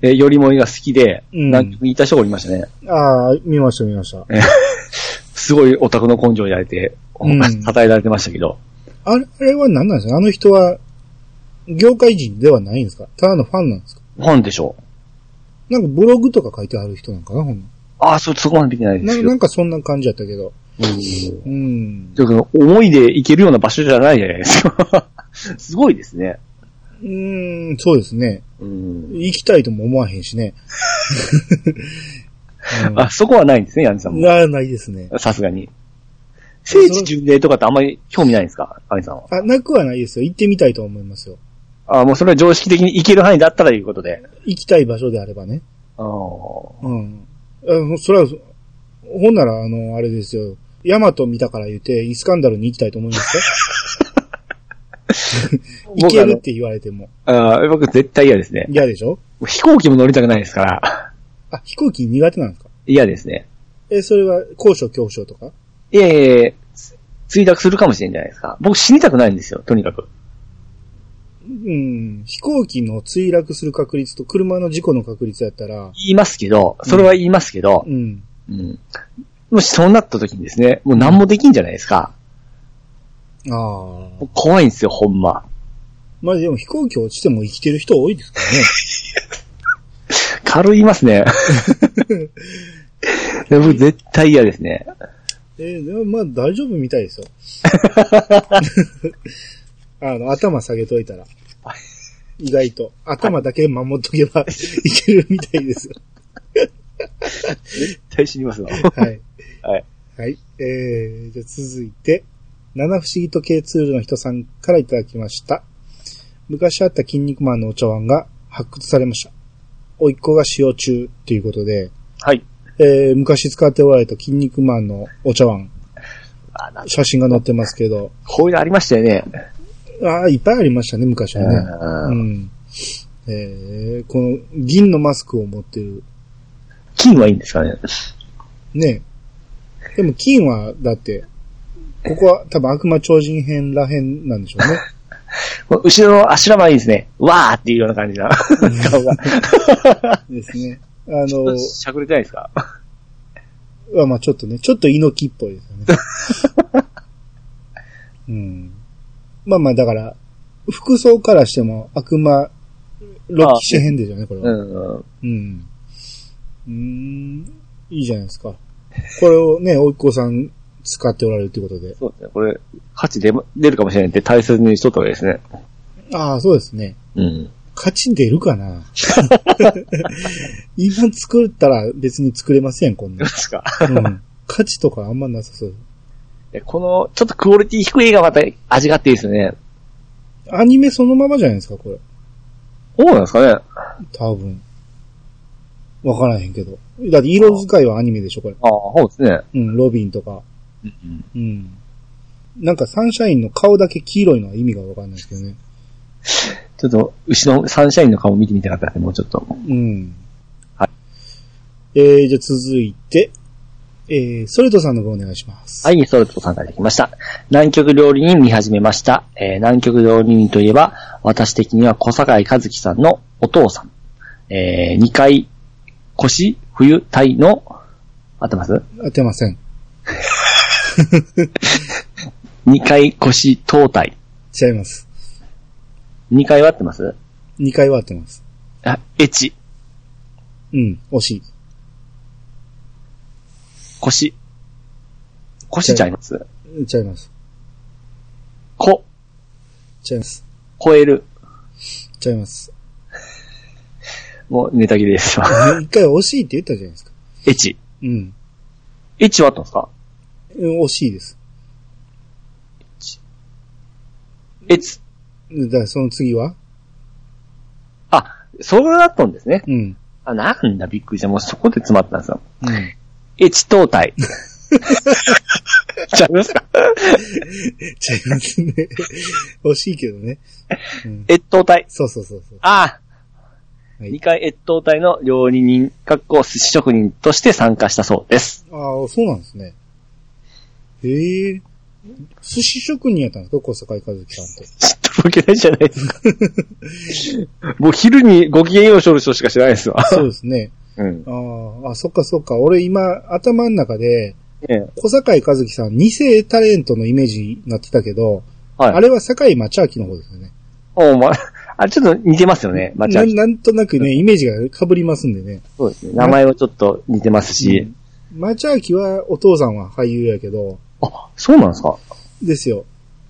[SPEAKER 2] えー、よりもいが好きで、
[SPEAKER 1] うん
[SPEAKER 2] 南極にいた人がおりましたね。
[SPEAKER 1] ああ、見ました、見ました。
[SPEAKER 2] すごいオタクの根性やられて、
[SPEAKER 1] うん
[SPEAKER 2] 叩いられてましたけど。
[SPEAKER 1] あれ、あれは何なんですかあの人は、業界人ではないんですかただのファンなんですか
[SPEAKER 2] ファンでしょう。
[SPEAKER 1] なんかブログとか書いてある人なんかなほんま
[SPEAKER 2] ああ、そ、そこまでできないで
[SPEAKER 1] な
[SPEAKER 2] すけど。
[SPEAKER 1] な
[SPEAKER 2] うん
[SPEAKER 1] んかそんな感じだったけど。うん。
[SPEAKER 2] だけど、思いで行けるような場所じゃないじゃないですか。 すごいですね。
[SPEAKER 1] うーん、そうですね。
[SPEAKER 2] うん。
[SPEAKER 1] 行きたいとも思わへんしね。うん
[SPEAKER 2] あ、そこはないんですね、ヤンジさんも。
[SPEAKER 1] な、ないですね。
[SPEAKER 2] さすがに。聖地巡礼とかってあんまり興味ないんですかアニさんは。
[SPEAKER 1] あ、なくはないですよ。行ってみたいと思いますよ。
[SPEAKER 2] あもうそれは常識的に行ける範囲だったらいうことで。
[SPEAKER 1] 行きたい場所であればね。
[SPEAKER 2] あー
[SPEAKER 1] うん。あそれは、ほんなら、あの、あれですよ。ヤマト見たから言って、イスカンダルに行きたいと思いますよ。行
[SPEAKER 2] 僕
[SPEAKER 1] け
[SPEAKER 2] あ
[SPEAKER 1] るっ
[SPEAKER 2] の
[SPEAKER 1] て言われても。
[SPEAKER 2] あー、僕絶対嫌ですね。
[SPEAKER 1] 嫌でしょ
[SPEAKER 2] 飛行機も乗りたくないですから。
[SPEAKER 1] あ、飛行機苦手なんですか
[SPEAKER 2] 嫌ですね。
[SPEAKER 1] え、それは、高所恐怖症とか
[SPEAKER 2] いやいやいやつ墜落するかもしれんじゃないですか。僕死にたくないんですよ、とにかく。
[SPEAKER 1] うん。飛行機の墜落する確率と車の事故の確率やったら、
[SPEAKER 2] 言いますけど、それは言いますけど
[SPEAKER 1] う、ん。
[SPEAKER 2] うんもしそうなった時にですね、もう何もできんじゃないですか。
[SPEAKER 1] ああ
[SPEAKER 2] も。う怖いんですよ、ほんま。
[SPEAKER 1] まあでも飛行機落ちても生きてる人多いですからね。
[SPEAKER 2] 軽います ね。いや僕絶対嫌ですね。
[SPEAKER 1] えーでもまあ大丈夫みたいですよ。あの、頭下げとい たら。意外と。頭だけ守っとけばいけるみたい ですよ。
[SPEAKER 2] 絶対死にますわ。
[SPEAKER 1] はい。
[SPEAKER 2] はい。
[SPEAKER 1] はい。えー、じゃあ続いて、七不思議時計ツールの人さんからいただきました。昔あった筋肉マンのお茶碗が発掘されました。おいっ子が使用中ということで、
[SPEAKER 2] はい。
[SPEAKER 1] えー、昔使っておられた筋肉マンのお茶碗、
[SPEAKER 2] あなんか
[SPEAKER 1] 写真が載ってますけど。
[SPEAKER 2] こういうのありましたよね。
[SPEAKER 1] ああ、いっぱいありましたね、昔はね。う
[SPEAKER 2] う
[SPEAKER 1] んん。えー、この銀のマスクを持ってる。
[SPEAKER 2] 金はいいんですかね。
[SPEAKER 1] ね。でも金は、だって、ここは多分悪魔超人編らへんなんでしょうね。
[SPEAKER 2] この後ろの頭がいいですね。わーっていうような感 じな。顔が。
[SPEAKER 1] ですね。あの、
[SPEAKER 2] しゃくれてないですか
[SPEAKER 1] はまあちょっとね、ちょっと猪木っぽいですよね。 うん。まあまあだから、服装からしても悪魔、ロッキシ編ですよね、これ
[SPEAKER 2] う
[SPEAKER 1] は。
[SPEAKER 2] ん。
[SPEAKER 1] うん。うーん、いいじゃないですか。これをね、おいっ子さん使っておられるということで。
[SPEAKER 2] そうですね。これ、価値出ま出るかもしれないんで大切にしとった方がいいですね。
[SPEAKER 1] ああ、そうですね。
[SPEAKER 2] うん。
[SPEAKER 1] 勝ち出るかな 今作ったら別に作れません、こん
[SPEAKER 2] どう
[SPEAKER 1] な。
[SPEAKER 2] ですか
[SPEAKER 1] うん。価値とかあんまなさそう。
[SPEAKER 2] えこの、ちょっとクオリティ低い映画また味があっていいですよね。
[SPEAKER 1] アニメそのままじゃないですか、これ。
[SPEAKER 2] そうなんですかね。
[SPEAKER 1] 多分。わからへんけど。だって色使いはアニメでしょ、これ。
[SPEAKER 2] ああ、そうですね。
[SPEAKER 1] うん、ロビンとか。
[SPEAKER 2] うん。
[SPEAKER 1] うん。なんかサンシャインの顔だけ黄色いのは意味がわかんないですけどね。
[SPEAKER 2] ちょっと、牛のサンシャインの顔見てみたかったですね、もうちょっと。
[SPEAKER 1] うん。
[SPEAKER 2] はい。
[SPEAKER 1] えー、じゃあ続いて、えー、ソレトさんの方お願いします。。
[SPEAKER 2] はいい、ソルトさんからいただきました。南極料理人見始めました。えー南極料理人といえば、私的には小坂井和樹さんのお父さん。えー、2回、腰、冬、タイの、合ってます
[SPEAKER 1] 当てません。
[SPEAKER 2] ?2 回、腰、東体。
[SPEAKER 1] 違います。
[SPEAKER 2] 2回は合ってます
[SPEAKER 1] 2回は当てます。
[SPEAKER 2] あ、エチ、
[SPEAKER 1] うん、惜しい。
[SPEAKER 2] 腰。腰ちゃいます
[SPEAKER 1] 違います。
[SPEAKER 2] こ、
[SPEAKER 1] 違います。
[SPEAKER 2] 超える。
[SPEAKER 1] 違い ます。
[SPEAKER 2] もうネタ切れです わ。
[SPEAKER 1] 一回惜しいって言ったじゃないですか。
[SPEAKER 2] エチ。
[SPEAKER 1] うん。
[SPEAKER 2] エチはあったんですか
[SPEAKER 1] うん惜しいです。
[SPEAKER 2] エツ。
[SPEAKER 1] だからその次は
[SPEAKER 2] あ、それだったんですね。
[SPEAKER 1] うん。
[SPEAKER 2] あ、なんだ、びっくりした。もうそこで詰まったんですよ。
[SPEAKER 1] うん。
[SPEAKER 2] エチ 東体。ちゃいますか
[SPEAKER 1] ちゃいますね。 惜しいけどね。うん、
[SPEAKER 2] 越冬体。
[SPEAKER 1] そうそうそうそう。
[SPEAKER 2] ああ、
[SPEAKER 1] はい
[SPEAKER 2] 二回越冬隊の料理人、かっこ寿司職人として参加したそうです。
[SPEAKER 1] ああ、そうなんですね。へえ。寿司職人やったんですか小坂井和樹さん って。
[SPEAKER 2] ちょっとボケないじゃないですか。 もう昼にご機嫌ようしょる人しか知らないですわ。
[SPEAKER 1] そうですね。
[SPEAKER 2] うん。
[SPEAKER 1] あーあ、そっかそっか。俺今、頭の中で、
[SPEAKER 2] ええ
[SPEAKER 1] 小坂井和樹さん、偽タレントのイメージになってたけど、
[SPEAKER 2] はい。
[SPEAKER 1] あれは坂井町明の方ですよね。
[SPEAKER 2] おま、あ、ちょっと似てますよね。まあ、じゃ
[SPEAKER 1] なな
[SPEAKER 2] あ、
[SPEAKER 1] んとなくね、イメージが被りますんでね。
[SPEAKER 2] そうですね。名前はちょっと似てますし。
[SPEAKER 1] 町明はお父さんは俳優やけど、
[SPEAKER 2] あ、そうなんですか
[SPEAKER 1] ですよ。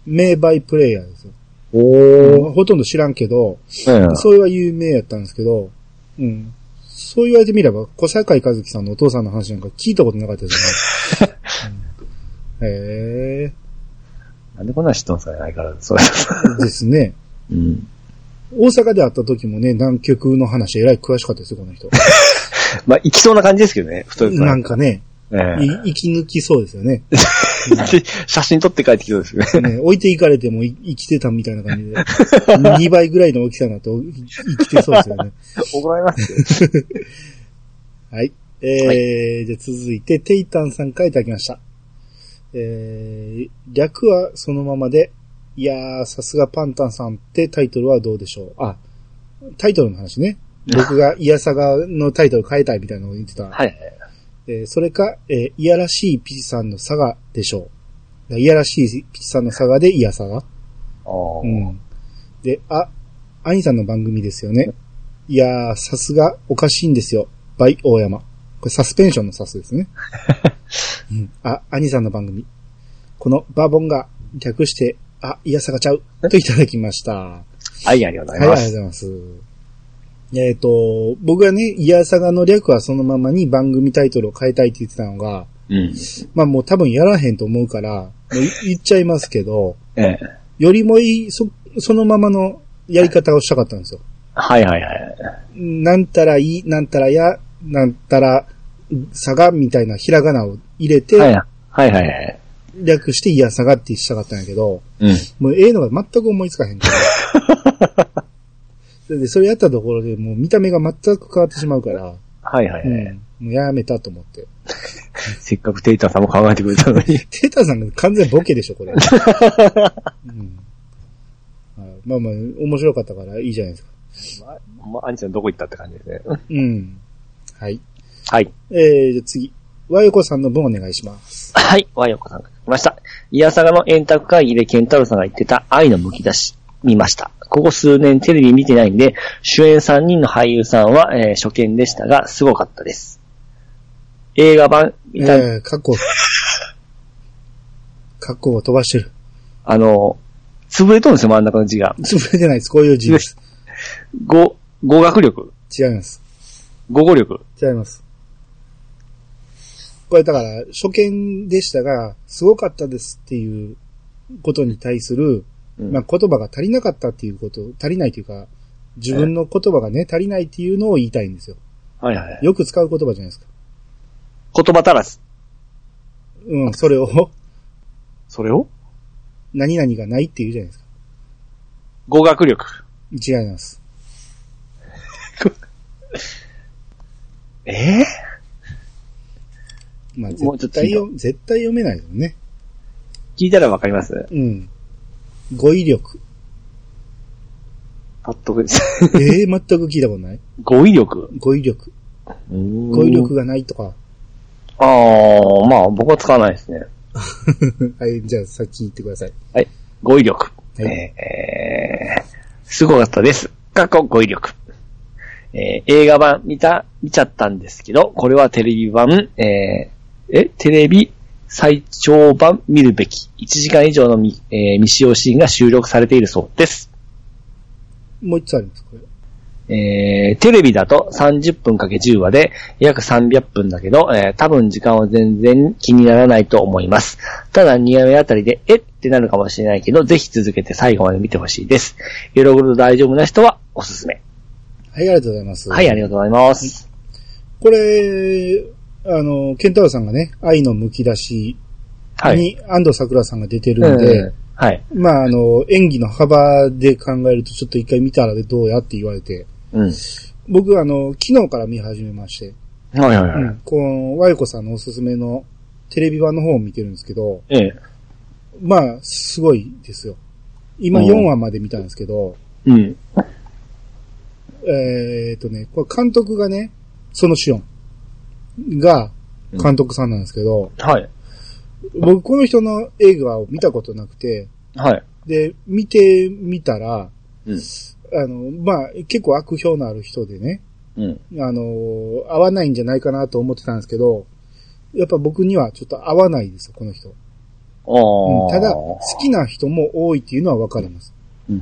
[SPEAKER 1] 名バイプレイヤーですよ。
[SPEAKER 2] お
[SPEAKER 1] うんほとんど知らんけど、
[SPEAKER 2] え
[SPEAKER 1] そういうは有名やったんですけど、うん。そう言われてみれば、小坂井和樹さんのお父さんの話なんか聞いたことなかったです ね。うんへえ
[SPEAKER 2] え。なんでこんなの知ってんすかね、相変わらず。そうです。
[SPEAKER 1] ですね。
[SPEAKER 2] うん。
[SPEAKER 1] 大阪で会った時もね、南極の話えらい詳しかったですよ、この人。
[SPEAKER 2] まあ、行きそうな感じですけどね、太いから
[SPEAKER 1] なんかね、
[SPEAKER 2] ええ
[SPEAKER 1] い生き抜きそうですよ ね。
[SPEAKER 2] で写真撮って帰ってきそうですね。
[SPEAKER 1] ね置いていかれてもい生きてたみたいな感じで、2倍ぐらいの大きさになってお生きてそうですよ ね。
[SPEAKER 2] 怒られますよ。
[SPEAKER 1] はい。えー
[SPEAKER 2] は
[SPEAKER 1] じゃあ続いて、テイタンさんからいただきました。えー、略はそのままで、いやー、さすがパンタンさんってタイトルはどうでしょう。あ、タイトルの話 ね。僕がイヤサガのタイトル変えたいみたいなのを言って た。
[SPEAKER 2] はい。
[SPEAKER 1] えーそれか、えーいやらしいピチさんのサガでしょう。いやらしいピチさんのサガでイヤサガ。
[SPEAKER 2] あー
[SPEAKER 1] うん。で、あ、アニさんの番組ですよね。いやー、さすがおかしいんですよ。バイ大山。これサスペンションのサスですね。うん、あ、アニさんの番組。このバーボンが略して、あ、いやさがちゃう。といただきました。はい、
[SPEAKER 2] はい、ありがとう
[SPEAKER 1] あ
[SPEAKER 2] ご
[SPEAKER 1] りが
[SPEAKER 2] ざい
[SPEAKER 1] とう
[SPEAKER 2] ま
[SPEAKER 1] ご
[SPEAKER 2] す。
[SPEAKER 1] ざいます。えっ、と、僕がね、いやさがの略はそのままに番組タイトルを変えたいって言ってたのが、
[SPEAKER 2] うん。
[SPEAKER 1] まあもう多分やらへんと思うから、もう 言っちゃいますけど、
[SPEAKER 2] ええ。
[SPEAKER 1] よりもいい、そ、そのままのやり方をしたかったんですよ。
[SPEAKER 2] はいはいはい。
[SPEAKER 1] なんたらいい、なんたらや、なんたら、さが、みたいなひらがなを入れて、
[SPEAKER 2] はいはいはいはい。
[SPEAKER 1] 略してイヤサガってしたかったんやけど、
[SPEAKER 2] うん。
[SPEAKER 1] もうええのが全く思いつかへん から。で、それやったところでもう見た目が全く変わってしまうから、
[SPEAKER 2] はいはい、
[SPEAKER 1] う
[SPEAKER 2] はい
[SPEAKER 1] ん。もうやめたと思って。
[SPEAKER 2] せっかくテイタンさんも考えてくれたのに。
[SPEAKER 1] テータさんが完全ボケでしょ、これ。うんはいまあまあ、面白かったからいいじゃないですか。
[SPEAKER 2] まあ、アニさんどこ行ったって感じですね。
[SPEAKER 1] うん。はい。
[SPEAKER 2] はい。
[SPEAKER 1] えー、じゃあ次。和横さんの分お願いします。
[SPEAKER 2] はい。和洋子さんが来ました。イヤサガの円卓会議でケンタロウさんが言ってた愛の剥き出し、見ました。ここ数年テレビ見てないんで、主演3人の俳優さんは、えー初見でしたが、すごかったです。映画版、
[SPEAKER 1] え
[SPEAKER 2] 見た
[SPEAKER 1] ー、過去。過去を飛ばしてる。
[SPEAKER 2] あの、潰れとるんですよ、真ん中の字が。
[SPEAKER 1] 潰れてないです。こういう字です。
[SPEAKER 2] 語、語学力
[SPEAKER 1] 違います。
[SPEAKER 2] 語語力
[SPEAKER 1] 違います。これだから、初見でしたが、すごかったですっていうことに対する、
[SPEAKER 2] うん
[SPEAKER 1] まあ言葉が足りなかったっていうこと、足りないというか、自分の言葉がね、足りないっていうのを言いたいんですよ。
[SPEAKER 2] はいはいはい。
[SPEAKER 1] よく使う言葉じゃないですか。
[SPEAKER 2] 言葉足らず。
[SPEAKER 1] うん、それを、
[SPEAKER 2] それを
[SPEAKER 1] 何々がないっていうじゃないですか。
[SPEAKER 2] 語学力。
[SPEAKER 1] 違います。
[SPEAKER 2] ええ
[SPEAKER 1] まあ
[SPEAKER 2] もう
[SPEAKER 1] 絶
[SPEAKER 2] ちょっと
[SPEAKER 1] 対
[SPEAKER 2] いいよ
[SPEAKER 1] よ、絶対読めないですよね。
[SPEAKER 2] 聞いたらわかります
[SPEAKER 1] うん。語彙力。
[SPEAKER 2] パッとです。
[SPEAKER 1] ええ全く聞いたことない
[SPEAKER 2] 語彙力
[SPEAKER 1] 語彙力。
[SPEAKER 2] 語
[SPEAKER 1] 語彙力がないとか。
[SPEAKER 2] ああ、まあ僕は使わないですね。
[SPEAKER 1] はい、じゃあ先言ってください。
[SPEAKER 2] はい。語彙力。
[SPEAKER 1] はい
[SPEAKER 2] えー、すごかったです。過去語彙力。えー、映画版見た、見ちゃったんですけど、これはテレビ版、えー、え、テレビ最長版見るべき。1時間以上のみ、えー未使用シーンが収録されているそうです。
[SPEAKER 1] もう一つあります、これ。
[SPEAKER 2] えー、テレビだと30分かけ10話で約300分だけど、えー、多分時間は全然気にならないと思います。ただ2話目あたりで、えってなるかもしれないけど、ぜひ続けて最後まで見てほしいです。喜ぶと大丈夫な人はおすすめ。
[SPEAKER 1] はい、ありがとうございます。
[SPEAKER 2] はい、ありがとうございます。
[SPEAKER 1] これ、あの、ケンタロウさんがね、愛のむき出し
[SPEAKER 2] はい。
[SPEAKER 1] に安藤桜さんが出てるんで、
[SPEAKER 2] うんはい。
[SPEAKER 1] まあ、あの、演技の幅で考えると、ちょっと一回見たらどうやって言われて、
[SPEAKER 2] うん。
[SPEAKER 1] 僕、あの、昨日から見始めまして、
[SPEAKER 2] はいはいは
[SPEAKER 1] う
[SPEAKER 2] い。
[SPEAKER 1] ん、この、和ゆこさんのおすすめのテレビ版の方を見てるんですけど、
[SPEAKER 2] ええ。
[SPEAKER 1] まあ、すごいですよ。今
[SPEAKER 2] うん
[SPEAKER 1] 4話まで見たんですけど、
[SPEAKER 2] うん。
[SPEAKER 1] えーっとね、これ監督がね、そのシオンが監督さんなんですけど、
[SPEAKER 2] はい。
[SPEAKER 1] 僕この人の映画を見たことなくて、
[SPEAKER 2] はい。
[SPEAKER 1] で、見てみたら、
[SPEAKER 2] うん。
[SPEAKER 1] あの、まあ、結構悪評のある人でね、
[SPEAKER 2] うん。
[SPEAKER 1] あの、合わないんじゃないかなと思ってたんですけど、やっぱ僕にはちょっと合わないですよ、この人。うん
[SPEAKER 2] ああ。
[SPEAKER 1] ただ、好きな人も多いっていうのはわかります。
[SPEAKER 2] うん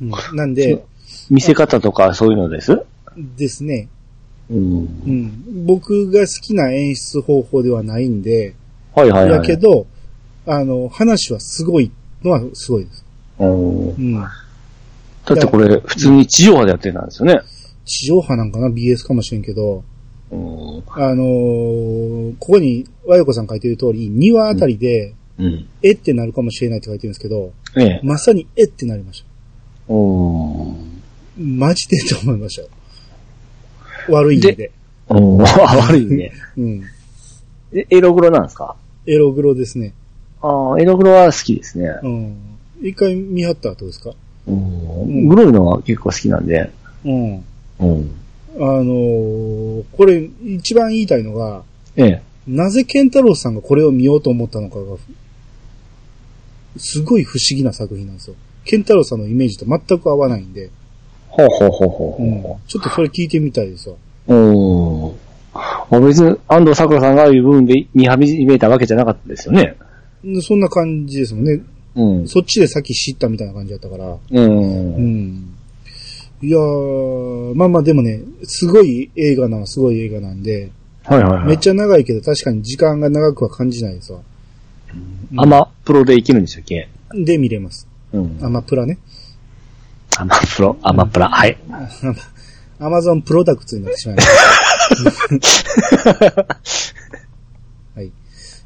[SPEAKER 1] うんなんで、
[SPEAKER 2] 見せ方とかそういうのです
[SPEAKER 1] ですね、
[SPEAKER 2] うん。
[SPEAKER 1] うん、僕が好きな演出方法ではないんで、
[SPEAKER 2] はいはいはい。
[SPEAKER 1] だけど、あの、話はすごいのはすごいです。
[SPEAKER 2] うん
[SPEAKER 1] うん。
[SPEAKER 2] だってこれ、普通に地上波でやってたんですよね。
[SPEAKER 1] 地上波なんかな ?BS かもしれんけど、
[SPEAKER 2] うん。
[SPEAKER 1] あのーここに、和洋子さん書いてる通り、2話あたりで、
[SPEAKER 2] うん。
[SPEAKER 1] えってなるかもしれないって書いてるんですけど、
[SPEAKER 2] ええ。
[SPEAKER 1] まさにえってなりました。
[SPEAKER 2] うん。
[SPEAKER 1] マジでと思いましたよ。悪い意味で。
[SPEAKER 2] うん。悪いね。
[SPEAKER 1] うん。
[SPEAKER 2] え、エログロなんですか
[SPEAKER 1] エログロですね。
[SPEAKER 2] ああ、エログロは好きですね。
[SPEAKER 1] うん。一回見張ったらどうですか
[SPEAKER 2] うん。グロいのは結構好きなんで。
[SPEAKER 1] うん。
[SPEAKER 2] うん。
[SPEAKER 1] あのーこれ、一番言いたいのが、
[SPEAKER 2] ええ。
[SPEAKER 1] なぜケンタロウさんがこれを見ようと思ったのかが、すごい不思議な作品なんですよ。ケンタロウさんのイメージと全く合わないんで、
[SPEAKER 2] ほうほうほうほ
[SPEAKER 1] う
[SPEAKER 2] うんほ
[SPEAKER 1] ちょっとそれ聞いてみたいですよ。
[SPEAKER 2] う。うん。あ別に安藤桜さんがいう部分で見始めたわけじゃなかったですよね。
[SPEAKER 1] んそんな感じですもんね。
[SPEAKER 2] うん。
[SPEAKER 1] そっちでさっき知ったみたいな感じだったから。
[SPEAKER 2] う。
[SPEAKER 1] うんん。いやー、まあまあでもね、すごい映画な、すごい映画なんで、
[SPEAKER 2] はいはいはい。
[SPEAKER 1] めっちゃ長いけど確かに時間が長くは感じないですわ。
[SPEAKER 2] アマプロでいけるんでしたっけ
[SPEAKER 1] で見れます。
[SPEAKER 2] うん
[SPEAKER 1] ア。マプラね。
[SPEAKER 2] アマプロ、アマプラ。はい。
[SPEAKER 1] アマゾンプロダクツになってしまいました。はい。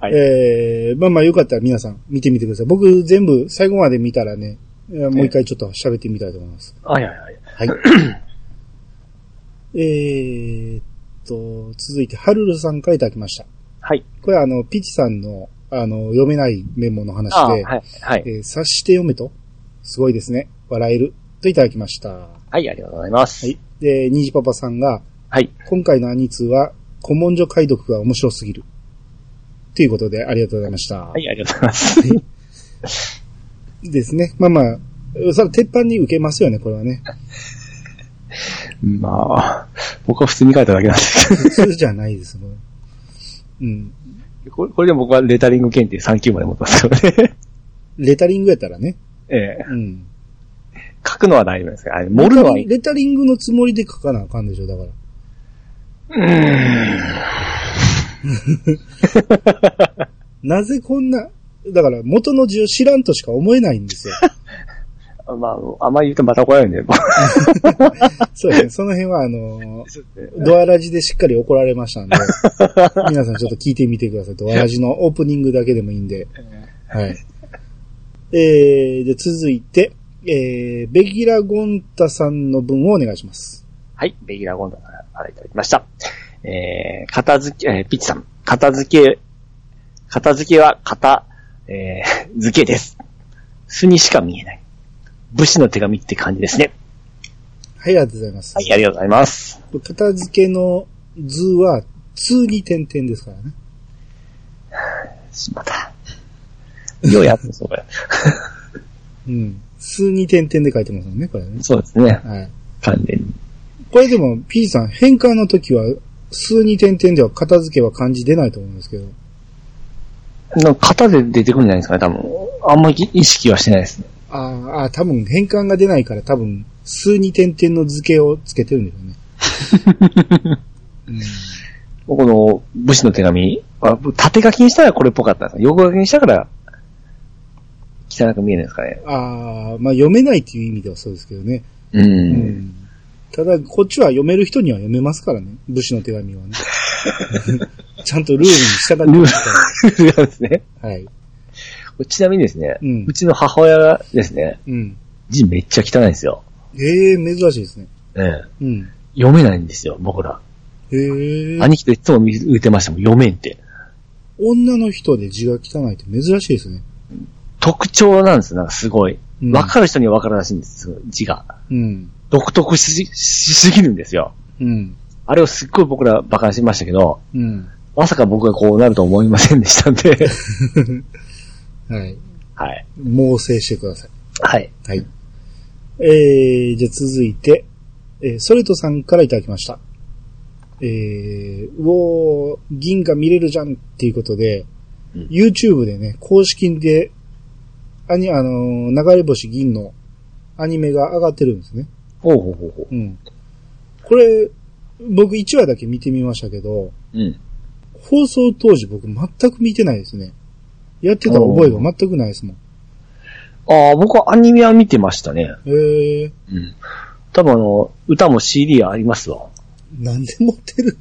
[SPEAKER 2] はい。
[SPEAKER 1] えー、まあまあよかったら皆さん見てみてください。僕全部最後まで見たらね、えーもう一回ちょっと喋ってみたいと思います。
[SPEAKER 2] はいはいはい。
[SPEAKER 1] はい。えーっと、続いて、はるるさんからいただきました。
[SPEAKER 2] はい。
[SPEAKER 1] これはあの、ピチさんの、あの、読めないメモの話
[SPEAKER 2] ああ、は
[SPEAKER 1] で、
[SPEAKER 2] い。はい。
[SPEAKER 1] えー察して読めと、すごいですね。笑える。といただきました。は
[SPEAKER 2] はい、ありがとうございます。
[SPEAKER 1] い。で、にじパパさんが、
[SPEAKER 2] はい。
[SPEAKER 1] 今回のアニツーは、古文書解読が面白すぎる。ということで、ありがとうございました。
[SPEAKER 2] はい、ありがとうございます。
[SPEAKER 1] ですね。まあまあ、それ、鉄板に受けますよね、これはね。
[SPEAKER 2] まあ、僕は普通に書いただけなんですけ
[SPEAKER 1] 普通じゃないです、これうん。
[SPEAKER 2] ど。 これこれでも僕はレタリング検定3級まで持ってますからね。
[SPEAKER 1] レタリングやったらね。
[SPEAKER 2] ええ。
[SPEAKER 1] うん。
[SPEAKER 2] 書くのは大丈夫ですけど、あれ盛るのはいい。
[SPEAKER 1] レタリングのつもりで書かなあかんでしょ、だから。なぜこんな、だから元の字を知らんとしか思えないんですよ。
[SPEAKER 2] まあ、あまり言うとまた怒られるんで、 僕
[SPEAKER 1] そうですね。その辺は、あの、ドアラジでしっかり怒られました んで、皆さんちょっと聞いてみてください。ドアラジのオープニングだけでもいいんで。はい。えー、で、続いて、えー、ベギラ・ゴンタさんの文をお願いします。
[SPEAKER 2] はい、レギュラーゴンダからいただきました。えー、片付け、えー、ピッチさん、片付け、片付けは片、えー、付けです。巣にしか見えない。武士の手紙って感じですね。
[SPEAKER 1] はい、ありがとうございます。
[SPEAKER 2] はい、ありがとうございます。
[SPEAKER 1] 片付けの図は、通に点々ですからね。
[SPEAKER 2] しまった。ようやってそうや。
[SPEAKER 1] うん。数に点々で書いてますもんね、これね。
[SPEAKER 2] そうですね。
[SPEAKER 1] はい。
[SPEAKER 2] 完全に。
[SPEAKER 1] これでも、P さん、変換の時は、数に点々では片付けは漢字出ないと思うんですけど。
[SPEAKER 2] なんか型で出てくるんじゃないですかね、多分。あんまり意識はしてないですね。
[SPEAKER 1] あーあー、多分変換が出ないから多分、数に点々の図形をつけてるんでしょうね。うん
[SPEAKER 2] この武士の手紙は、縦書きにしたらこれっぽかったんですか横書きにしたから、汚く見えるんですかね。
[SPEAKER 1] ああ、まあ読めないっていう意味ではそうですけどね。
[SPEAKER 2] う。
[SPEAKER 1] うんん。ただ、こっちは読める人には読めますからね。武士の手紙はね。 ちゃんとルールに従ってますか
[SPEAKER 2] そうですね。
[SPEAKER 1] ら。はい。
[SPEAKER 2] ちなみにですね、
[SPEAKER 1] う
[SPEAKER 2] うんちの母親がですね、
[SPEAKER 1] うん。
[SPEAKER 2] 字めっちゃ汚いんですよ。
[SPEAKER 1] ええ珍しいですね。
[SPEAKER 2] ええ
[SPEAKER 1] うん。
[SPEAKER 2] 読めないんですよ、僕ら。
[SPEAKER 1] へえ。
[SPEAKER 2] 兄貴といつも見言ってましたもん、読めんって。
[SPEAKER 1] 女の人で字が汚いって珍しいですね。
[SPEAKER 2] 特徴なんですよ、なんかすごい。
[SPEAKER 1] うん
[SPEAKER 2] わかる人にはわかるらしいんですよ、字が。
[SPEAKER 1] うん。
[SPEAKER 2] 独特ししすぎるんですよ。
[SPEAKER 1] うん。
[SPEAKER 2] あれをすっごい僕ら馬鹿にしましたけど、
[SPEAKER 1] うん。
[SPEAKER 2] まさか僕がこうなると思いませんでしたん で。
[SPEAKER 1] はい。
[SPEAKER 2] はい。
[SPEAKER 1] 猛省してください。
[SPEAKER 2] はい。
[SPEAKER 1] はい。えー、じゃあ続いて、えー、ソレトさんからいただきました。えー、うおー、銀河見れるじゃんっていうことで、
[SPEAKER 2] うん
[SPEAKER 1] YouTube でね、公式で、アニ、あのー流れ星銀のアニメが上がってるんですね。
[SPEAKER 2] ほうほうほうほ
[SPEAKER 1] うん。これ、僕1話だけ見てみましたけど、
[SPEAKER 2] う。うん。
[SPEAKER 1] 放送当時僕全く見てないですね。やってた覚えが全くないですもん。
[SPEAKER 2] ああ、僕はアニメは見てましたね。
[SPEAKER 1] えー、
[SPEAKER 2] うん。多分あの、歌も CD ありますわ。
[SPEAKER 1] なんで持ってる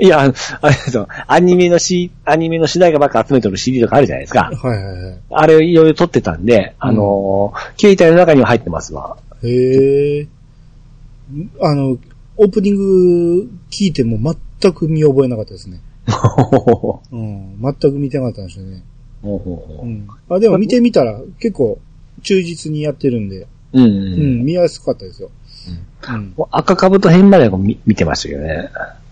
[SPEAKER 2] いや、あのあれですよ。アニメのし、アニメの主題歌ばっか集めてる CD とかあるじゃないですか。
[SPEAKER 1] はいはいはい。
[SPEAKER 2] あれいろいろ撮ってたんで、あのー携帯の中には入ってますわ。
[SPEAKER 1] へえ。あの、オープニング聞いても全く見覚えなかったですね。
[SPEAKER 2] ほ
[SPEAKER 1] うん。全く見てなかったんでしょうね。
[SPEAKER 2] うほうほ
[SPEAKER 1] うん。あ、でも見てみたら結構忠実にやってるんで、
[SPEAKER 2] う。うん
[SPEAKER 1] う
[SPEAKER 2] うん。
[SPEAKER 1] ん、見やすかったですよ。うん。
[SPEAKER 2] 赤かぶと編までは見見てましたけどね。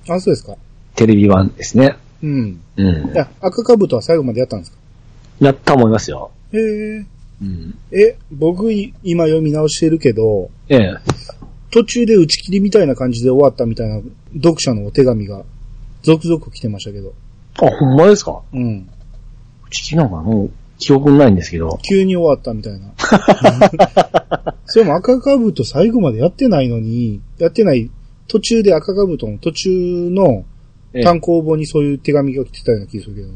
[SPEAKER 1] あ、そうですか。
[SPEAKER 2] テレビ版ですね。
[SPEAKER 1] うん。
[SPEAKER 2] うん
[SPEAKER 1] い。や、赤かぶとは最後までやったんですか
[SPEAKER 2] やったと思いますよ。
[SPEAKER 1] へえ。
[SPEAKER 2] うん。
[SPEAKER 1] え、僕い今読み直してるけど、
[SPEAKER 2] ええ。
[SPEAKER 1] 途中で打ち切りみたいな感じで終わったみたいな読者のお手紙が続々来てましたけど。
[SPEAKER 2] あ、ほんまですか
[SPEAKER 1] うん。
[SPEAKER 2] うち昨日かもう記憶にないんですけど。
[SPEAKER 1] 急に終わったみたい な。それも赤かぶと最後までやってないのに、やってない、途中で赤かぶとの途中の
[SPEAKER 2] ええあ
[SPEAKER 1] 単、行本にそういう手紙が来てたような気がするけどな。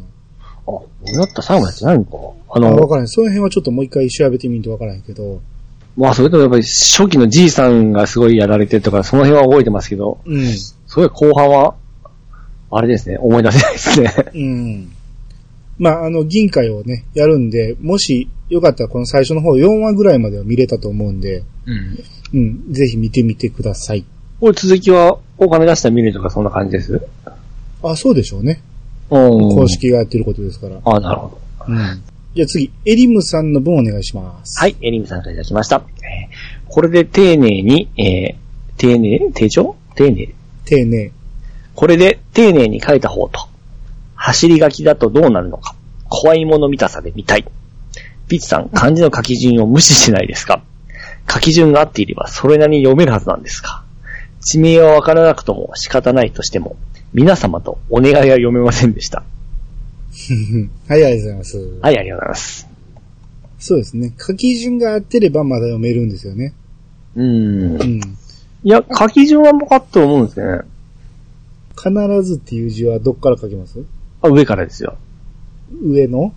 [SPEAKER 2] 俺だったら最後までやってないのか。
[SPEAKER 1] あ、
[SPEAKER 2] あ
[SPEAKER 1] わ
[SPEAKER 2] の、
[SPEAKER 1] からない。その辺はちょっともう一回調べてみんとわからないけど。
[SPEAKER 2] まあそれでもやっぱり初期のじいさんがすごいやられてるとか、その辺は覚えてますけど、
[SPEAKER 1] うん。
[SPEAKER 2] それ後半は、あれですね、思い出せないですね。
[SPEAKER 1] うん。まあ、あの、銀会をね、やるんで、もしよかったらこの最初の方4話ぐらいまでは見れたと思うんで、
[SPEAKER 3] うん。
[SPEAKER 1] うん、ぜひ見てみてください。
[SPEAKER 2] これ続きはお金出したら見るとかそんな感じです。うん。
[SPEAKER 1] あ、そうでしょうね。公
[SPEAKER 2] 公。
[SPEAKER 1] 式がやってることですから。
[SPEAKER 2] あなるほど。
[SPEAKER 1] うん。じゃあ次、エリムさんの分お願いします。
[SPEAKER 2] はい、エリムさんからいただきました。えーこれで丁寧に、えー丁寧、丁重丁寧。
[SPEAKER 1] 丁 寧。
[SPEAKER 2] これで丁寧に書いた方と、走り書きだとどうなるのか、怖いもの見たさで見たい。ピッチさん、漢字の書き順を無視してないですか書き順が合っていればそれなりに読めるはずなんですか地名はわからなくとも仕方ないとしても、皆様とお願いは読めませんでした。
[SPEAKER 1] はい、ありがとうございます。
[SPEAKER 2] はい、ありがとうございます。
[SPEAKER 1] そうですね。書き順が合ってればまだ読めるんですよね。
[SPEAKER 2] うーん
[SPEAKER 1] う。ん。
[SPEAKER 2] いや、書き順はもかって思うんですね。
[SPEAKER 1] 必ずっていう字はどっから書きます
[SPEAKER 2] あ、上からですよ。
[SPEAKER 1] 上の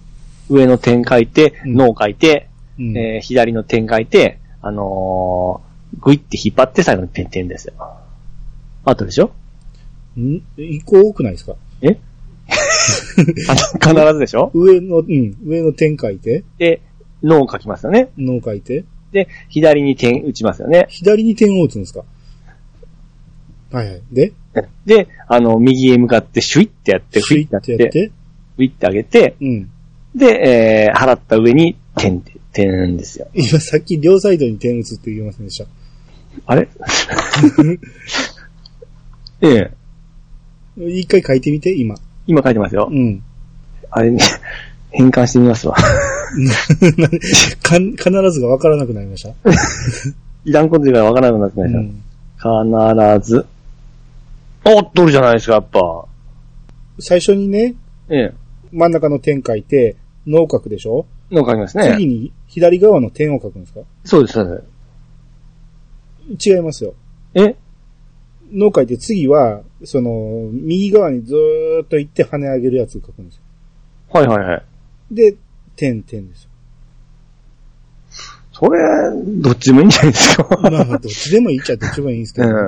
[SPEAKER 2] 上の点書いて、
[SPEAKER 1] うん
[SPEAKER 2] 脳書いて、
[SPEAKER 1] うん。
[SPEAKER 2] えー左の点書いて、あのー、グイって引っ張って最後に点々ですよ。あとでしょ
[SPEAKER 1] ん一個多くないですか
[SPEAKER 2] えあの必ずでしょ
[SPEAKER 1] 上の、うん、上の点書いて、
[SPEAKER 2] で、脳を書きますよね。
[SPEAKER 1] 脳書いて、
[SPEAKER 2] で、左に点打ちますよね。
[SPEAKER 1] 左に点を打つんですかはいはい。で、
[SPEAKER 2] で、あの、右へ向かってシュイってやって、フ
[SPEAKER 1] シュ
[SPEAKER 2] イ
[SPEAKER 1] イ
[SPEAKER 2] ってや
[SPEAKER 1] ッ
[SPEAKER 2] って、
[SPEAKER 1] やってて、
[SPEAKER 2] フイって上げて、
[SPEAKER 1] うん。
[SPEAKER 2] で、えー払った上に点って、点ですよ。
[SPEAKER 1] 今さっき両サイドに点打つって言いませんでした。
[SPEAKER 2] あれええ、
[SPEAKER 1] 一回書いてみて、今。
[SPEAKER 2] 今書いてますよ
[SPEAKER 1] う。ん。
[SPEAKER 2] あれ、 変換してみますわ。
[SPEAKER 1] かん必ずがわからなくなりました。
[SPEAKER 2] いらんこと言うからわからなくなって
[SPEAKER 1] う
[SPEAKER 2] ないで
[SPEAKER 1] ん、
[SPEAKER 2] 必ず。おっとるじゃないですか、やっぱ。
[SPEAKER 1] 最初にね、
[SPEAKER 2] ええ。
[SPEAKER 1] 真ん中の点書いて、脳書くでしょ、
[SPEAKER 2] の書きます
[SPEAKER 1] 次
[SPEAKER 2] ね。
[SPEAKER 1] に左側の点を書くんですか
[SPEAKER 2] そうです、そう
[SPEAKER 1] 違いますよ。
[SPEAKER 2] です。え
[SPEAKER 1] 脳書いて次は、その、右側にずーっと行って跳ね上げるやつを書くんですよ。
[SPEAKER 2] はいはいはい。
[SPEAKER 1] で、点点ですよ。
[SPEAKER 2] それ、どっちでもいいんじゃないです
[SPEAKER 1] まあ
[SPEAKER 2] か。
[SPEAKER 1] まあ、どっちでもいいっちゃどっちでもいいんですけ
[SPEAKER 2] う
[SPEAKER 1] ど。
[SPEAKER 2] ん。
[SPEAKER 1] う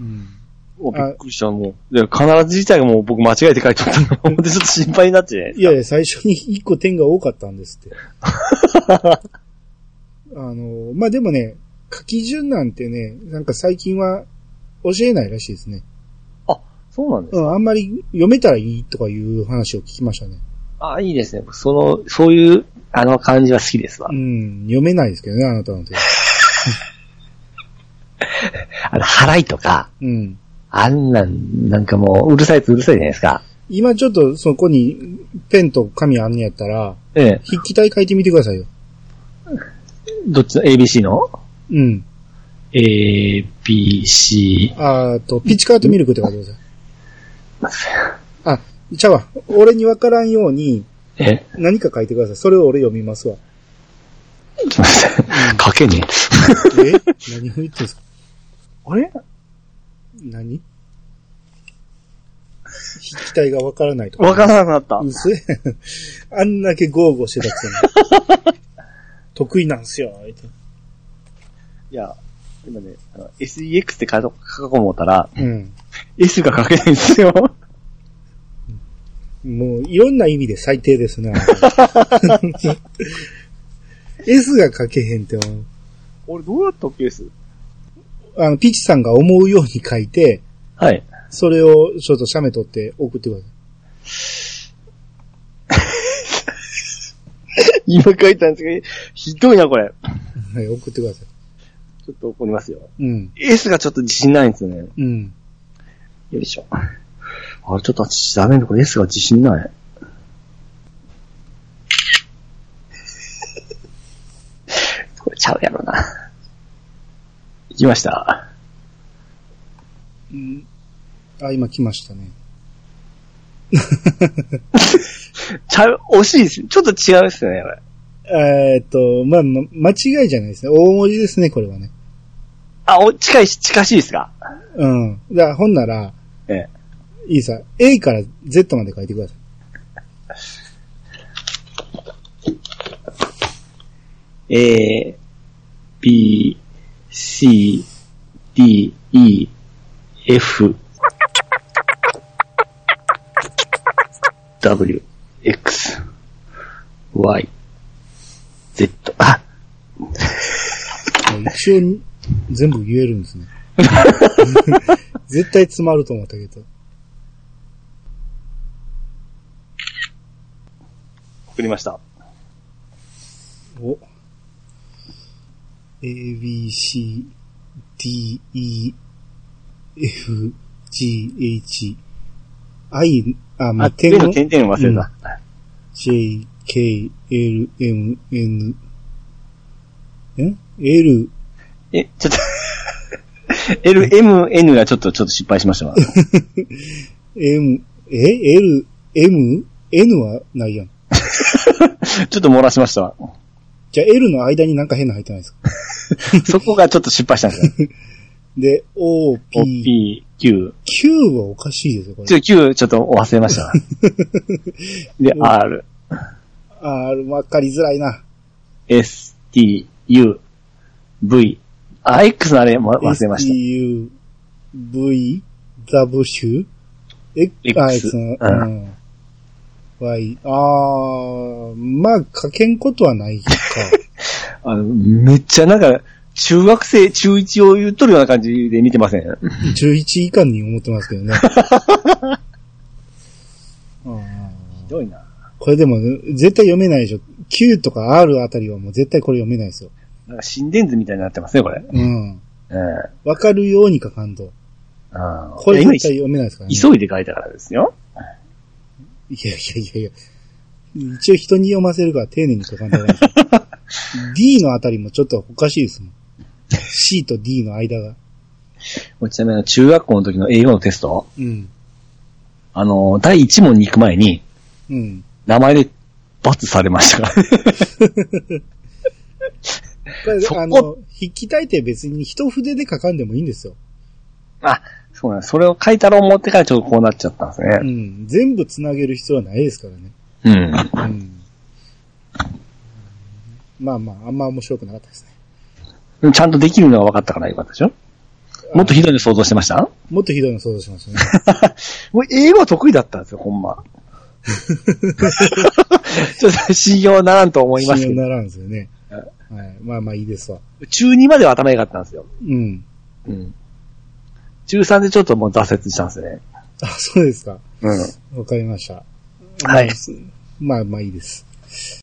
[SPEAKER 1] ん
[SPEAKER 2] おびっくりした、もう。で必ず自体がもう僕間違えて書いとった のほんでちょっと心配になっちゃう
[SPEAKER 1] いやいや、最初に一個点が多かったんですって。あの、まあ、でもね、書き順なんてね、なんか最近は教えないらしいですね。
[SPEAKER 2] そうなんです。
[SPEAKER 1] うん、あんまり読めたらいいとかいう話を聞きましたね。
[SPEAKER 2] あ、いいですね。その、そういう、あの感じは好きですわ
[SPEAKER 1] う。ん、読めないですけどね、あなたの手。
[SPEAKER 2] あの、払いとか、
[SPEAKER 1] うん。
[SPEAKER 2] あんなん、なんかもう、うるさいやつうるさいじゃないですか。
[SPEAKER 1] 今ちょっとそこにペンと紙あんねやったら、
[SPEAKER 2] ええ。
[SPEAKER 1] 筆記体書いてみてくださいよ。
[SPEAKER 2] どっちの ?ABC の
[SPEAKER 1] うん。
[SPEAKER 2] A, B, C.
[SPEAKER 1] あーと、ピッチカートミルクって書いてください。あ、ちゃうわ。俺にわからんように
[SPEAKER 2] え、
[SPEAKER 1] 何か書いてください。それを俺読みますわ。
[SPEAKER 2] すいません。書けね
[SPEAKER 1] え何を言ってんですか
[SPEAKER 2] え。あれ
[SPEAKER 1] 何筆記体がわからないとか。
[SPEAKER 2] わからなくな
[SPEAKER 1] う
[SPEAKER 2] っ
[SPEAKER 1] っせえあんだけ豪語してたくせに。 得意なんすよ。言うて
[SPEAKER 2] た。いや、今ね、あの SEX って書こう思ったら、
[SPEAKER 1] うん。
[SPEAKER 2] S が書けないんですよ。
[SPEAKER 1] もう、いろんな意味で最低ですね。あなた S が書けへんって思う。
[SPEAKER 2] 俺どうやったっけ ?S。
[SPEAKER 1] あの、ピチさんが思うように書いて、
[SPEAKER 2] はい。
[SPEAKER 1] それをちょっと写メ取って送ってください。
[SPEAKER 2] 今書いたんですけど、ひどいな、これ。
[SPEAKER 1] はい、送ってくださ
[SPEAKER 2] ちょっと怒りますよ。
[SPEAKER 1] い。うん。
[SPEAKER 2] S がちょっと自信ないんですよね。
[SPEAKER 1] うん。
[SPEAKER 2] よいしょ。あれ、ちょっと私ダメなこれ S が自信ない。 これちゃうやろな。行きました。
[SPEAKER 1] うんあ、今来ましたね。
[SPEAKER 2] ちゃう、惜しいです。ちょっと違うですね、これ。
[SPEAKER 1] えーっと、まあ、ま間違いじゃないですね。大文字ですね、これはね。
[SPEAKER 2] あ、お、近いし、近しいですか
[SPEAKER 1] うん。だから、ほんなら、
[SPEAKER 2] ええ。
[SPEAKER 1] いいさ、A から Z まで書いてください。
[SPEAKER 2] A, B, C, D, E, F, W, X、Y、Z、あ
[SPEAKER 1] 一応に、全部言えるんですね。絶対詰まると思ったけど。
[SPEAKER 2] 送りました。
[SPEAKER 1] お。A, B, C, D, E, F, G, H, I, あ、まあ、
[SPEAKER 2] あ、
[SPEAKER 1] 点
[SPEAKER 2] 点
[SPEAKER 1] の
[SPEAKER 2] の点々忘れた。
[SPEAKER 1] J, K, L, M, N, ん ?L,
[SPEAKER 2] え、ちょっと、L、M、N がちょっと、ちょっと失敗しましたわ。
[SPEAKER 1] M、え ?L、M? N はないやん。
[SPEAKER 2] ちょっと漏らしましたわ。
[SPEAKER 1] じゃあ L の間になんか変なの入ってないですか
[SPEAKER 2] そこがちょっと失敗したんですね。
[SPEAKER 1] で、O,
[SPEAKER 2] O、
[SPEAKER 1] P,
[SPEAKER 2] P、Q。
[SPEAKER 1] Q はおかしいですよ、こ
[SPEAKER 2] ち
[SPEAKER 1] れ。
[SPEAKER 2] ょ、Q、ちょっと忘れ ましたわ。で、R、
[SPEAKER 1] R、わかりづらいな。
[SPEAKER 2] S、T、U、V。あ、X のあれも忘れました。
[SPEAKER 1] STU、V、W、X、あ
[SPEAKER 2] X
[SPEAKER 1] うん。Y、あー、まあ、書けんことはないか。
[SPEAKER 2] あの、めっちゃなんか、中学生、中1を言っとるような感じで見てません。
[SPEAKER 1] 11以下に思ってますけどね。うん
[SPEAKER 2] ひどいな。
[SPEAKER 1] これでも、絶対読めないでしょ。Q とか R あたりはもう絶対これ読めないですよ。
[SPEAKER 2] なんか心電図みたいになってますね、これ。
[SPEAKER 1] うん。
[SPEAKER 2] うん。
[SPEAKER 1] わかるように書かんと。
[SPEAKER 2] あ
[SPEAKER 1] これ絶対読めないですからね。
[SPEAKER 2] 急いで書いたからですよ。
[SPEAKER 1] いやいやいやいや。一応人に読ませるから丁寧に書かんといけ ないですよ。D のあたりもちょっとおかしいですもん。C と D の間が。
[SPEAKER 2] もうちなみに中学校の時の英語のテスト、
[SPEAKER 1] うん。
[SPEAKER 2] あの、第1問に行く前に、
[SPEAKER 1] うん。
[SPEAKER 2] 名前で罰されました から。
[SPEAKER 1] これ
[SPEAKER 2] そこ
[SPEAKER 1] あの、筆記体って別に一筆で書かんでもいいんですよ。
[SPEAKER 2] あ、そうなんですそれを書いたら思ってからちょっとこうなっちゃったんです
[SPEAKER 1] う
[SPEAKER 2] ね。
[SPEAKER 1] ん。全部つなげる必要はないですからね。
[SPEAKER 2] うん。
[SPEAKER 1] うん。まあまあ、あんま面白くなかったですね。
[SPEAKER 2] ちゃんとできるのが分かったからよかったでしょもっとひどいの想像してました
[SPEAKER 1] もっとひどいの想像しましたね。
[SPEAKER 2] もう英語得意だったんですよ、ほんま。ちょっと信用ならんと思いますけ
[SPEAKER 1] 信用
[SPEAKER 2] ど。
[SPEAKER 1] ならんですよね。はい。まあまあいいですわ。
[SPEAKER 2] 中2までは頭良かったんですよ。
[SPEAKER 1] うん。
[SPEAKER 2] うん。中3でちょっともう挫折したんですね。
[SPEAKER 1] あ、そうですか。
[SPEAKER 2] う
[SPEAKER 1] わ
[SPEAKER 2] ん。
[SPEAKER 1] かりました。
[SPEAKER 2] はい
[SPEAKER 1] まあまあいいです。